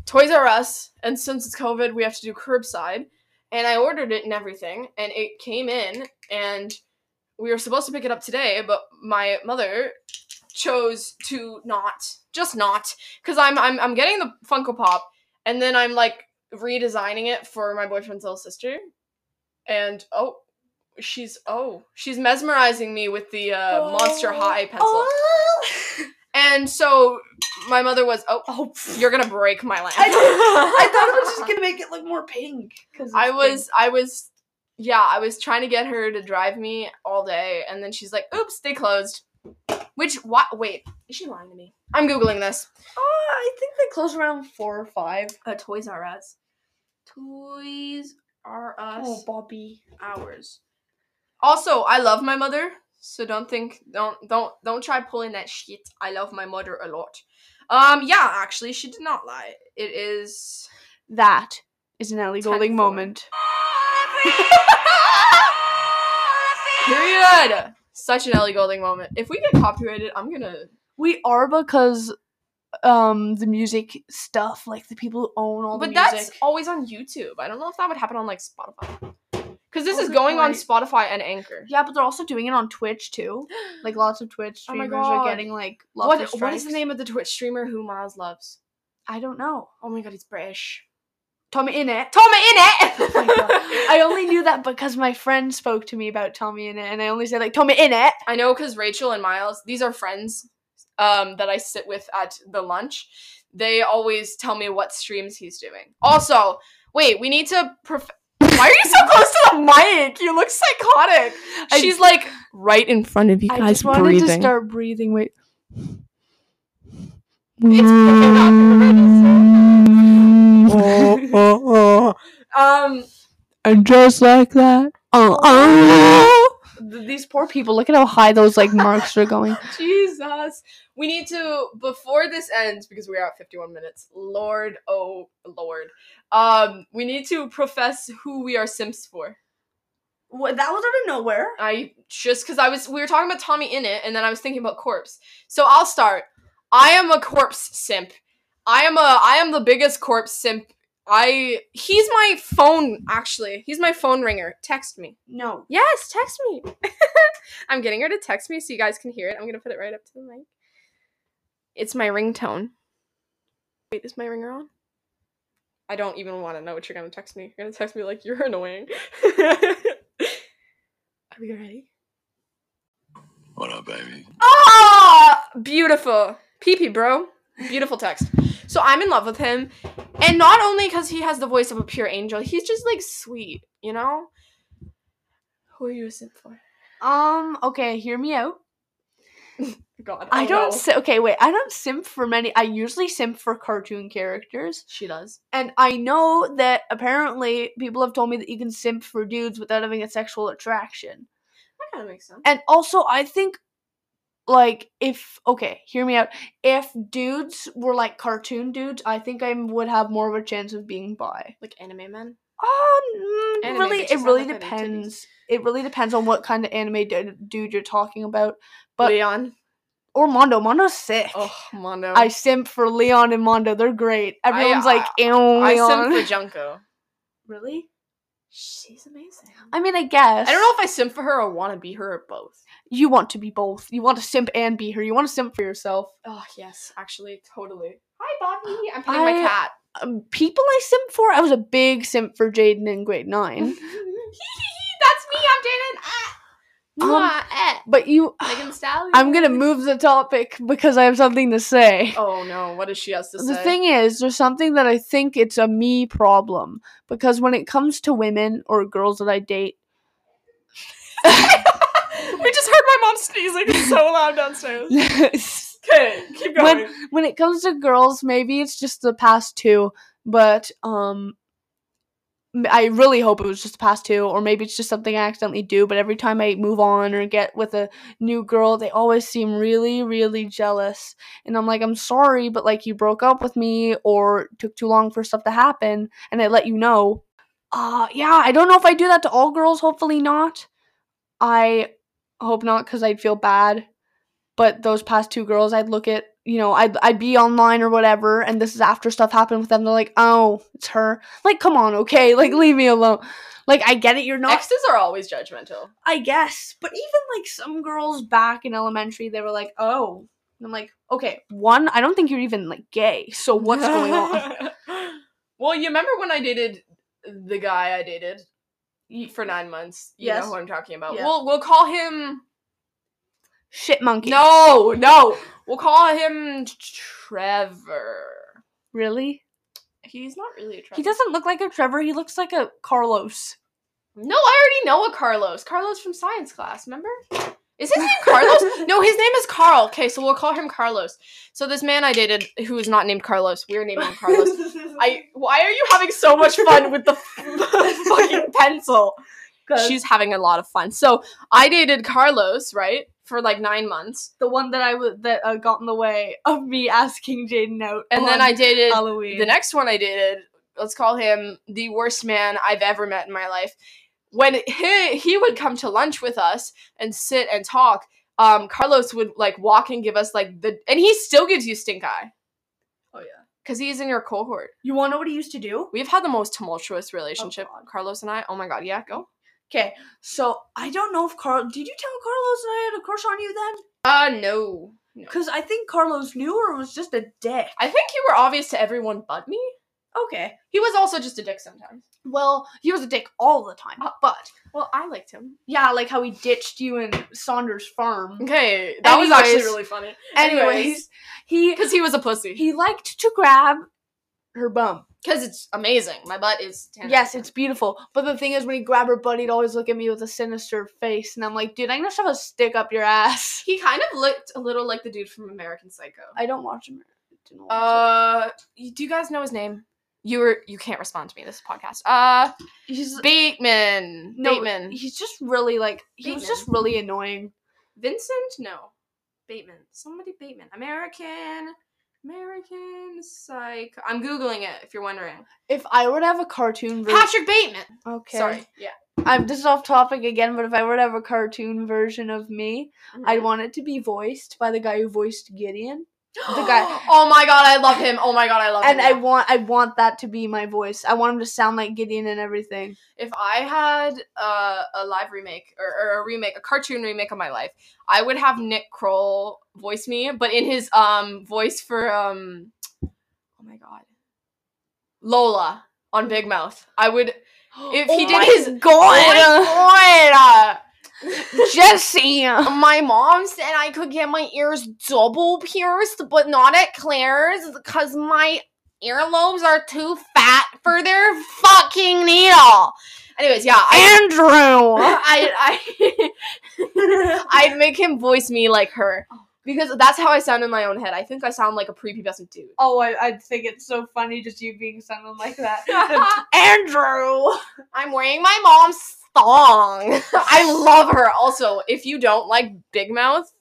A: Toys R Us, and since it's COVID, we have to do curbside. And I ordered it and everything, and it came in, and we were supposed to pick it up today, but my mother chose to not, just not, because I'm, I'm I'm getting the Funko Pop, and then I'm like redesigning it for my boyfriend's little sister, and oh. She's oh she's mesmerizing me with the uh, monster high pencil.
B: Oh,
A: And so my mother was, oh,
B: oh
A: you're gonna break my lamp.
B: I, I thought it was just gonna make it look more pink. Cause
A: [laughs] I
B: it's
A: was, I was, yeah, I was trying to get her to drive me all day, and then she's like, oops, they closed. Which, what? Wait,
B: Is she lying to me?
A: I'm googling this.
B: Oh, I think they close around four or five.
A: Uh, Toys R Us.
B: Toys
A: R
B: Oh, Bobby.
A: hours. Also, I love my mother, so don't think don't don't don't try pulling that shit. I love my mother a lot. Um yeah, actually she did not lie. It is
B: That is an Ellie
A: Ten
B: Golding
A: four.
B: moment.
A: period. Such an Ellie Golding moment. If we get copyrighted, I'm gonna
B: We are because um the music stuff, like the people who own all
A: But
B: the music.
A: that's always on YouTube. I don't know if that would happen on like Spotify. Cuz this
B: Oh,
A: is
B: good
A: going on
B: point.
A: Spotify and [gasps] Anchor.
B: yeah, but they're also doing it on Twitch too. Like lots of Twitch
A: Oh my
B: streamers are
A: God.
B: getting like lots
A: What
B: of
A: what is the
B: strikes.
A: name of the Twitch streamer who Miles loves?
B: I don't know.
A: Oh my god, he's British.
B: Tommy Innit.
A: Toma in it. [laughs]
B: Oh my God. I only knew that because my friend spoke to me about Tommy Innit, and I only said like Tommy Innit.
A: I know because Rachel and Miles, these are friends um, that I sit with at the lunch. They always tell me what streams he's doing. Also, wait, we need to. Prof- Why are you so close to the mic? You look psychotic.
B: I-
A: She's like right in front of you
B: I just wanted to start breathing. Wait,
A: It's fucking not Mm.
C: oh, [laughs] oh, oh.
A: Um, [laughs]
C: And just like that. Oh, oh.
B: th- these poor people. Look at how high those like marks are going.
A: Jesus. We need to before this ends because we're at 51 minutes. Lord, oh Lord. Um, we need to profess who we are Sims for.
B: What, that was out of nowhere.
A: I just because I was we were talking about Tommy in it, and then I was thinking about corpse. So I'll start. I am a corpse simp. I am a I am the biggest corpse simp. I he's my phone actually. He's my phone ringer. Text me.
B: No,
A: Yes, text me. [laughs] I'm getting her to text me so you guys can hear it. I'm gonna put it right up to the mic. It's my ringtone. Wait, is my ringer on? I don't even want to know what you're gonna text me. You're gonna text me like you're annoying. [laughs] Are we ready?
E: What up, baby?
A: Ah, beautiful. Pee bro. Beautiful text. So I'm in love with him. And not only because he has the voice of a pure angel, he's just like sweet, you know? Who are you a simp for?
B: Um. Okay. Hear me out.
A: God.
B: I
A: oh no.
B: don't. Si- okay. Wait. I don't simp for many. I usually simp for cartoon characters,
A: She does.
B: and I know that apparently people have told me that you can simp for dudes without having a sexual attraction.
A: That kind of makes sense.
B: And also, I think, like, if okay, hear me out. If dudes were like cartoon dudes, I think I would have more of a chance of being bi.
A: Like anime men.
B: Oh, mm,
A: Anime
B: really?
A: bitches
B: It
A: have
B: really
A: like little
B: depends. It really depends on what kind of anime d- dude you're talking about. But-
A: Leon.
B: Or Mondo. Mondo's sick.
A: Oh, Mondo.
B: I simp for Leon and Mondo. They're great.
A: I- uh,
B: Everyone's like, ew, Leon.
A: I simp for Junko.
B: [laughs] really?
A: She's amazing.
B: I mean, I guess.
A: I don't know if I simp for her or want to be her or both.
B: You want to be both. You want to simp and be her. You want to simp for yourself.
A: Oh, yes, actually, totally. Hi, Bobby. I'm petting
B: I-
A: my
B: [laughs]
A: cat.
B: um, people I simp for. I was a big simp for Jaden in grade nine.
A: [laughs] That's me. I'm Jaden. Ah.
B: Um,
A: Mwah, eh.
B: But you,
A: Megan Thee Stallion.
B: [sighs] I'm gonna move the topic because I have something to say.
A: Oh no! What does she has to
B: The
A: say?
B: thing is, there's something that I think it's a me problem because when it comes to women or girls that I
A: [laughs]
B: date,
A: [laughs]
B: [laughs]
A: we just heard my mom sneezing so loud downstairs.
B: [laughs] when
A: Okay, keep going.
B: when it comes to girls, maybe it's just the past two, but um. m- I really hope it was just the past two, or maybe it's just something I accidentally do. But every time I move on or get with a new girl, they always seem really, really jealous. And I'm like, I'm sorry, but like you broke up with me or it took too long for stuff to happen, and I let you know. Uh, yeah, I don't know if I do that to all girls. Hopefully not. I hope not because I'd feel bad. But those past two girls, I'd look at, you know, I'd, I'd be online or whatever, and this is after stuff happened with them. They're like, oh, it's her. Like, come on, okay? Like, leave me alone. Like, I get it. You're not
A: Exes are always judgmental.
B: I guess. But even like some girls back in elementary, they were like, "Oh," and I'm like, "Okay, one, I don't think you're even like gay. So what's going [laughs] on?"
A: [laughs] well, you remember when I dated the guy I dated for nine months? You
B: Yes.
A: know who I'm talking about.
B: Yeah.
A: We'll we'll call him.
B: Shit, monkey.
A: No, no. We'll call him Trevor.
B: really.
A: He's not really a Trevor.
B: He doesn't look like a Trevor. He looks like a Carlos.
A: No, I already know a Carlos. Carlos from science class. Remember? Is his name Carlos? [laughs] no, his name is Carl. Okay, so we'll call him Carlos. So this man I dated, who is not named Carlos, we're naming him Carlos. [laughs]
B: [laughs]
A: I. Why are you having so much fun with the fucking pencil? She's having a lot of fun. So I dated Carlos, right, for like nine months,
B: the one that I was that uh, got in the way of me asking Jaden out.
A: and then
B: on
A: I dated
B: Halloween.
A: the next one I dated. Let's call him the worst man I've ever met in my life. When he he would come to lunch with us and sit and talk, um, Carlos would like walk and give us like the and he still gives you stink eye
B: oh yeah.
A: because he's in your cohort.
B: You want to know what he used to do?
A: We've had the most tumultuous relationship, Carlos and I. Oh my god, yeah, go.
B: Okay, so I don't know if Carl. Did you tell Carlos that I had a crush on you then?
A: Uh no. no.
B: Because I think Carlos knew, or was just a dick.
A: I think you were obvious to everyone but me.
B: okay.
A: He was also just a dick sometimes.
B: Well, he was a dick all the time.
A: Uh,
B: but
A: Well, I liked him.
B: yeah, like how he ditched you in Saunders Farm.
A: Okay, that was actually
B: Anyways.
A: really funny.
B: [laughs] Anyways, he
A: because he was a pussy.
B: he liked to grab her bum.
A: Because it's amazing. My butt is tan.
B: Yes, it's beautiful. But the thing is, when he grabbed her butt, he'd always look at me with a sinister face, and I'm like, dude, I'm gonna shove a stick up your ass. [laughs]
A: He kind of looked a little like the dude from American Psycho.
B: I don't watch him. Didn't watch it.
A: Uh, y- do you guys know his name? You were you can't respond to me. This is a podcast. Uh,
B: He's
A: Bateman.
B: no,
A: Bateman.
B: He's just really like he was just
A: Bateman.
B: really annoying.
A: Vincent? No. Bateman. Somebody Bateman. American. American Psycho. I'm googling it. If you're wondering,
B: If I were to have a cartoon version,
A: Patrick Bateman.
B: okay,
A: Sorry. Yeah.
B: I'm this is off topic again, but if I were to have a cartoon version of me,
A: Mm-hmm.
B: I'd want it to be voiced by the guy who voiced Gideon,
A: [gasps]
B: the guy-
A: Oh my god, I love him. Oh my god, I love
B: and
A: him.
B: I
A: yeah.
B: want I want that to be my voice. I want him to sound like Gideon and everything.
A: if I had uh, a live remake or, or a remake, a cartoon remake of my life, I would have Nick Kroll voice me, but in his um voice for um, oh my
B: [gasps]
A: god, Lola on Big Mouth. I would if he
B: Oh
A: did
B: my [laughs]
A: his Oh
B: God,
A: God,
B: Jesse.
A: uh, my mom said I could get my ears double pierced, but not at Claire's because my earlobes are too fat for their fucking needle. Anyways, yeah, I,
B: Andrew.
A: I, I, [laughs] I'd make him voice me like her because that's how I sound in my own head. I think I sound like a prepubescent dude.
B: [laughs] Oh, I, I think it's so funny just you being someone like [laughs] that. Um, Andrew!
A: I'm wearing my mom's thong. [laughs] I love her. Also, if you don't like Big Mouth,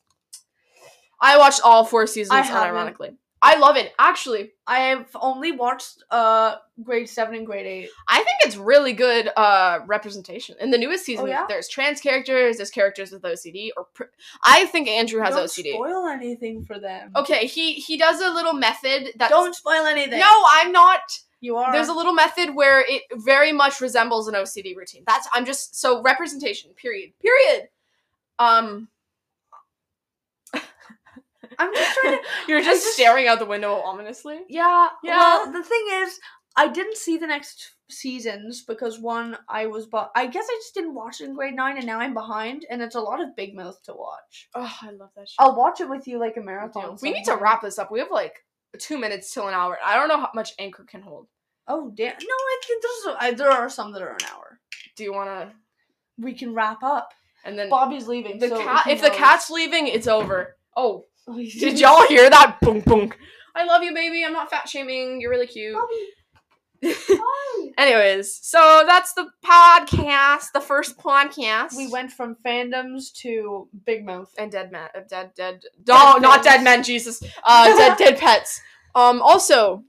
A: I watched all four
B: I
A: seasons
B: haven't.
A: unironically. I love it. Actually,
B: I have only watched uh grade seven and grade eight.
A: I think it's really good uh representation. In the newest season,
B: Oh, yeah?
A: there's trans characters, there's characters with OCD or pr- I think Andrew has
B: Don't
A: OCD.
B: spoil anything for them.
A: okay, he he does a little method that
B: Don't spoil anything.
A: No, I'm not.
B: you are.
A: There's a little method where it very much resembles an OCD routine. That's I'm just so representation. Period. Period. Um,
B: I'm just trying to.
A: you're just,
B: just-
A: staring out the window ominously.
B: Yeah.
A: Yeah.
B: Well, the thing is, I didn't see the next seasons because one, I was, but I guess I just didn't watch it in grade nine, and now I'm behind, and it's a lot of Big Mouth to watch.
A: Oh, I love that shit.
B: I'll watch it with you like a
A: We do.
B: marathon.
A: we need to
B: sometime.
A: wrap this up. We have like two minutes till an hour. I don't know how much anchor can hold.
B: Oh damn! No, I think there's I, there are some that are an hour.
A: Do you want to?
B: We can wrap up.
A: And then
B: Bobby's leaving.
A: the
B: so
A: cat.
B: he
A: If the
B: knows. [laughs]
A: cat's leaving, it's over. Oh, [laughs] did
B: did
A: y'all hear that? Boom, boom. I love you, baby. I'm not fat shaming. You're really cute. [laughs]
B: Bobby, hi.
A: Anyways, so that's the podcast, the first podcast.
B: we went from fandoms to Big Mouth.
A: and dead men, uh, dead, dead, no, not
B: things.
A: dead men, Jesus, uh, [laughs] dead, dead pets. Um, also,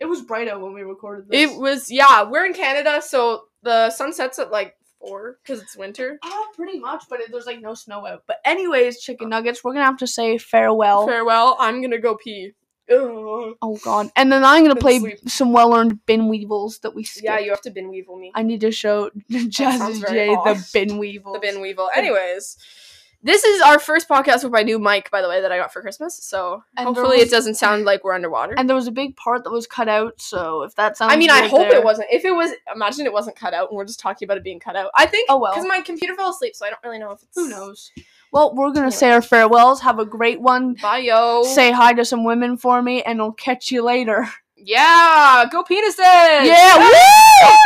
B: It was brighter when we recorded this.
A: it was yeah, we're in Canada, so the sun sets at like four because it's winter.
B: Oh, pretty much, but it, there's like no snow out. But anyways,
A: Oh.
B: chicken nuggets, we're gonna have to say farewell.
A: Farewell, I'm gonna go pee. Ugh.
B: oh god, and then I'm gonna
A: Good
B: play
A: sleep.
B: some well-earned bin weevils that we skipped.
A: Yeah, you have to bin weevil me.
B: I need to show [laughs]
A: sounds
B: Jazzy
A: very
B: J
A: odd.
B: the bin weevil.
A: the bin weevil. Anyways, this is our first podcast with my new mic, by the way, that I got for Christmas. So
B: And there
A: hopefully,
B: was-
A: it doesn't [laughs] sound like we're underwater.
B: And there was a big part that was cut out, so if that sounds
A: I mean, I
B: weird
A: hope
B: there-
A: it wasn't. If it was, imagine it wasn't cut out, and we're just talking about it being cut out. I think.
B: Oh, well.
A: Because my computer fell asleep, so I don't really know if it's.
B: Who knows? Well, we're gonna say our farewells. Have a great one.
A: Bye, yo.
B: Say hi to some women for me, and I'll catch you later.
A: yeah, go penises.
B: Yeah. woo!